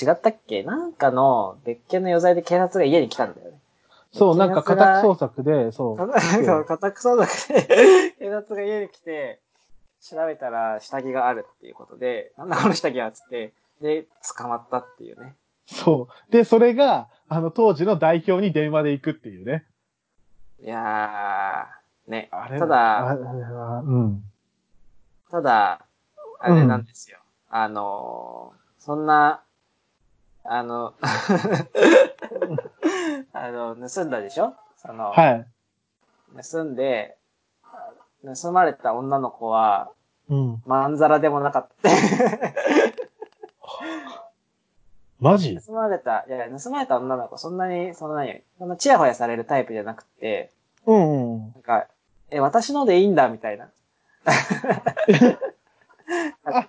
[SPEAKER 1] 違ったっけなんかの別件の余罪で警察が家に来たんだよね。
[SPEAKER 2] そう、なんか家宅捜索で、そう。
[SPEAKER 1] かそう家宅捜索で、警察が家に来て、調べたら下着があるっていうことで、なんだこの下着はっつって、で、捕まったっていうね。
[SPEAKER 2] そう。で、それが、あの、当時の代表に電話で行くっていうね。
[SPEAKER 1] いやー、ね。
[SPEAKER 2] あ
[SPEAKER 1] ただ
[SPEAKER 2] ああれはうん。
[SPEAKER 1] ただ、あれなんですよ。あのー、そんな、あの、 あの、盗んだでしょその、
[SPEAKER 2] はい。
[SPEAKER 1] 盗んで、盗まれた女の子は、
[SPEAKER 2] うん。
[SPEAKER 1] まんざらでもなかった。
[SPEAKER 2] マジ
[SPEAKER 1] 盗まれた、いやいや、盗まれた女の子、そんなに、そんなに、そんなチヤホヤされるタイプじゃなくて、
[SPEAKER 2] うんうん。
[SPEAKER 1] なんか、え、私のでいいんだ、みた いな。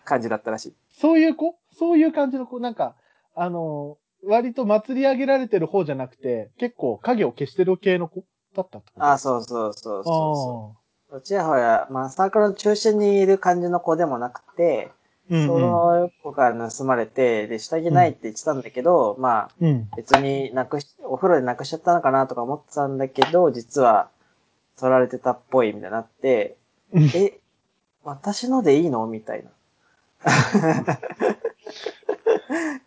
[SPEAKER 1] 感じだったらしい。
[SPEAKER 2] そういう子そういう感じの子なんか、あのー割と祭り上げられてる方じゃなくて、結構影を消してる系の子だったってこと
[SPEAKER 1] あ、
[SPEAKER 2] そ
[SPEAKER 1] そうそうそうそう
[SPEAKER 2] う
[SPEAKER 1] そう。ちやほや、まあ、サークルの中心にいる感じの子でもなくて、
[SPEAKER 2] う
[SPEAKER 1] そ
[SPEAKER 2] ん
[SPEAKER 1] の子から盗まれて、で、下着ないって言ってたんだけど、まあ、
[SPEAKER 2] うん。うん。
[SPEAKER 1] 別になくし、お風呂でなくしちゃったのかなとか思ってたんだけど、実は、取られてたっぽいみたいになって、
[SPEAKER 2] うん
[SPEAKER 1] え、私のでいいのみたいな。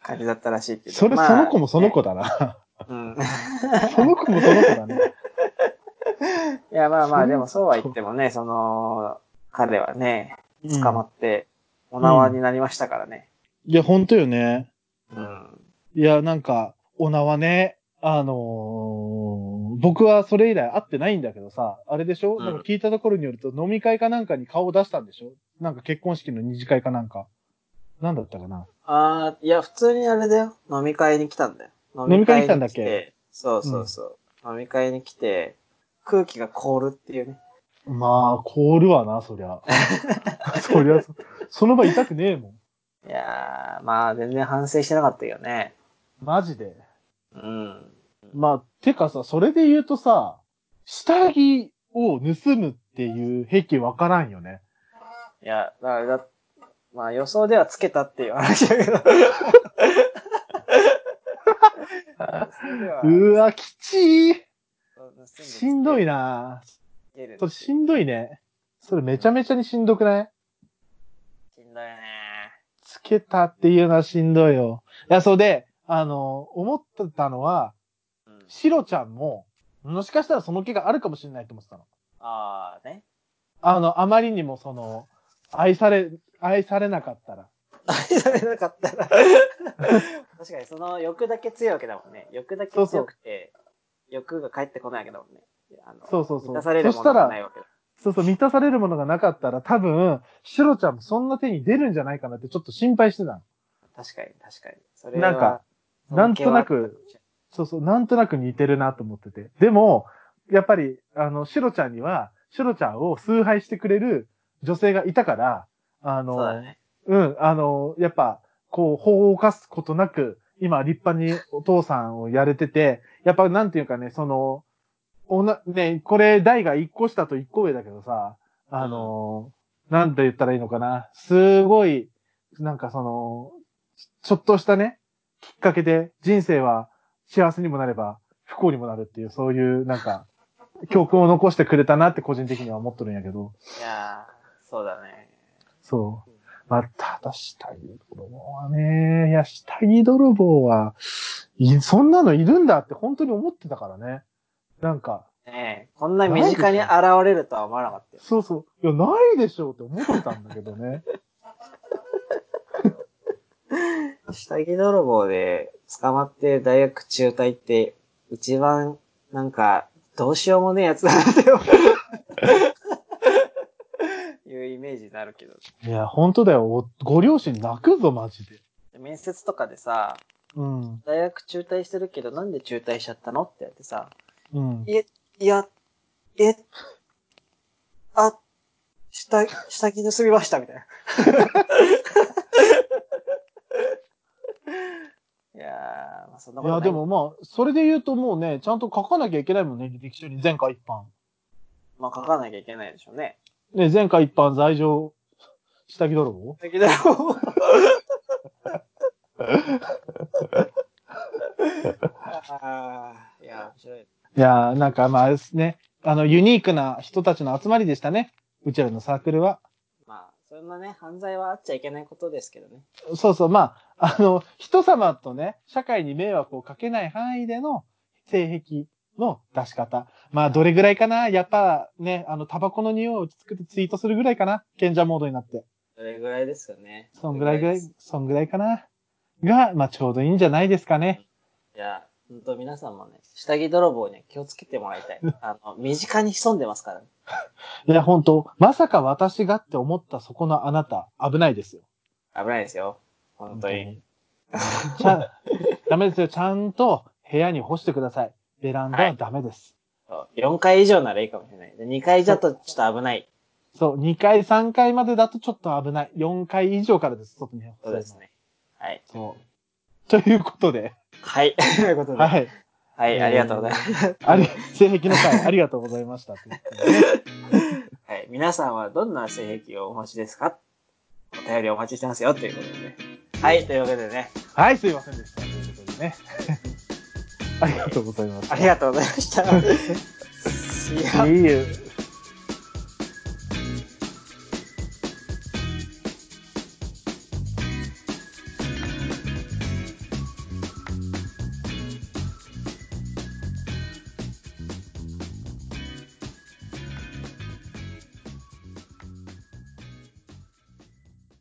[SPEAKER 1] 感じだったらしいけど。
[SPEAKER 2] それ、
[SPEAKER 1] まあ
[SPEAKER 2] その子もその子だ な。
[SPEAKER 1] うん。
[SPEAKER 2] その子もその子だ ね。
[SPEAKER 1] いや、まあま
[SPEAKER 2] そ
[SPEAKER 1] あ、
[SPEAKER 2] ん
[SPEAKER 1] でもそうは言ってもね、その、彼はね、捕ま
[SPEAKER 2] っ
[SPEAKER 1] って、お縄になりましたからね。
[SPEAKER 2] いや、ほんとよね。
[SPEAKER 1] うん。
[SPEAKER 2] いや、なんか、お名はね、あのー僕はそれ以来会ってないんだけどさ、あれでしょ、
[SPEAKER 1] うん
[SPEAKER 2] なんか聞いたところによると飲み会かなんかに顔を出したんでしょなんか結婚式の二次会かなんか。なんだったかな
[SPEAKER 1] ああ、いや、普通にあれだよ。飲み会に来たんだよ。
[SPEAKER 2] 飲み会に来たんだっけ
[SPEAKER 1] 飲み会に来てそうそうそう。飲み会に来て、空気が凍るっていうね。
[SPEAKER 2] まあ、凍るわな、そり ゃ。そりゃそ、その場痛くねえもん。
[SPEAKER 1] いやー、まあ、全然反省してなかったよね。
[SPEAKER 2] マジで。
[SPEAKER 1] うん。
[SPEAKER 2] まあ、てかさ、それで言うとさ、下着を盗むっていう兵器わからんよね。
[SPEAKER 1] いや、だからだ、まあ、予想ではつけたっていう話だけど。予想では
[SPEAKER 2] うわ、きちい
[SPEAKER 1] 盗んでつけ
[SPEAKER 2] しんどいな
[SPEAKER 1] つけるって
[SPEAKER 2] そ
[SPEAKER 1] いう
[SPEAKER 2] れしんどいね。それめちゃめちゃにしんどくない
[SPEAKER 1] しんどいね。
[SPEAKER 2] つけたっていうのはしんどいよ。いや、そうで、あの、思ってたのは、
[SPEAKER 1] うん、
[SPEAKER 2] シロちゃんも、もしかしたらその気があるかもしれないと思ってたの。
[SPEAKER 1] ああ、ね。
[SPEAKER 2] あの、あまりにもその、愛され、愛されなかったら。
[SPEAKER 1] 愛されなかった ら。確かに、その欲だけ強いわけだもんね。欲だけ強くて、欲が返ってこないわけだもんね。あの
[SPEAKER 2] そうそうそう
[SPEAKER 1] 満たされるも
[SPEAKER 2] そ
[SPEAKER 1] の
[SPEAKER 2] したら
[SPEAKER 1] がないわけだ。
[SPEAKER 2] そうそう、満たされるものがなかったら、多分、シロちゃんもそんな手に出るんじゃないかなってちょっと心配してたの。
[SPEAKER 1] 確かに、確かに。それは
[SPEAKER 2] なんか、、なんとなく、そうそう、なんとなく似てるなと思ってて。でも、やっぱり、あの、シロちゃんには、シロちゃんを崇拝してくれる女性がいたから、あ
[SPEAKER 1] そ
[SPEAKER 2] の、
[SPEAKER 1] うだね。
[SPEAKER 2] うん、あの、やっぱ、こう、法を犯すことなく、今、立派にお父さんをやれてて、やっぱ、なんていうかね、その、おな、ね、これ、代が一個下と一個上だけどさ、あの、なんて言ったらいいのかな、すごい、なんかその、ちょっとしたね、きっかけで、人生は幸せにもなれば、不幸にもなるっていう、そういう、なんか、教訓を残してくれたなって個人的には思ってるんやけど。
[SPEAKER 1] いやー、そうだね。
[SPEAKER 2] そう。まあ、ただ、下着泥棒はね、いや、下着泥棒は、いそんなのいるんだって本当に思ってたからね。なんか、
[SPEAKER 1] ねこんな身近に現れるとは思わなかったよ。
[SPEAKER 2] そうそう。いや、ないでしょうって思ってたんだけどね。
[SPEAKER 1] 下着泥棒で捕まって大学中退って、一番、なんか、どうしようもねえやつだなって思う。いうイメージになるけど。
[SPEAKER 2] いや、本当だよ。おご両親泣くぞ、マジで。
[SPEAKER 1] 面接とかでさ、
[SPEAKER 2] うん。
[SPEAKER 1] 大学中退してるけど、なんで中退しちゃったのってやってさ、
[SPEAKER 2] うん。
[SPEAKER 1] いえ、いや、え、あ、下、下着盗みました、みたいな。 いやー、まあ、そんなこ
[SPEAKER 2] い
[SPEAKER 1] とない。
[SPEAKER 2] や、でもまあ、それで言うともうね、ちゃんと書かなきゃいけないもんね、履歴書に。前科一般。
[SPEAKER 1] まあ、書かなきゃいけないでしょうね。
[SPEAKER 2] ね、前科一般罪状、下着泥棒
[SPEAKER 1] だけど、あーいや、面白い。
[SPEAKER 2] いやー、なんかまああれですね。あの、ユニークな人たちの集まりでしたね。うちらのサークルは。
[SPEAKER 1] まあ、そんなね、犯罪はあっちゃいけないことですけどね。
[SPEAKER 2] そうそう、まあ、あの、人様とね、社会に迷惑をかけない範囲での性癖の出し方。まあ、どれぐらいかなやっぱね、あの、タバコの匂いを落ち着くてツイートするぐらいかな賢者モードになって。
[SPEAKER 1] それぐらいですよね。
[SPEAKER 2] そんぐらいぐらい
[SPEAKER 1] です、
[SPEAKER 2] そんぐらいかなが、まあ、ちょうどいいんじゃないですかね。
[SPEAKER 1] いや、本当皆さんもね、下着泥棒には気をつけてもらいた い。あの、身近に潜んでますからね。
[SPEAKER 2] いや、本当まさか私がって思ったそこのあなた、危ないですよ。
[SPEAKER 1] 危ないですよ。本当に。
[SPEAKER 2] ちゃんダメですよ。ちゃんと部屋に干してください。ベランダはダメです。
[SPEAKER 1] そう4回以上ならいいかもしれない。で2回じゃとちょっと危ない。
[SPEAKER 2] そう、2階、3階までだとちょっと危ない。4階以上からです、外に干せ
[SPEAKER 1] そう
[SPEAKER 2] るのは
[SPEAKER 1] です。ね。はい。
[SPEAKER 2] そう。ということで、
[SPEAKER 1] はい。 ということで。
[SPEAKER 2] は
[SPEAKER 1] はい、
[SPEAKER 2] い。
[SPEAKER 1] ありがとうございます。
[SPEAKER 2] あり、性癖 の回、ありがとうございました。ということでね
[SPEAKER 1] はい。皆さんはどんな性癖をお持ちですかお便りお待ちしてますよ、ということでね。はい。というわけでね、
[SPEAKER 2] はい、すいませんでした。というこ とでね。ありがとうございました。
[SPEAKER 1] ありがとうございました。いや
[SPEAKER 2] いいえ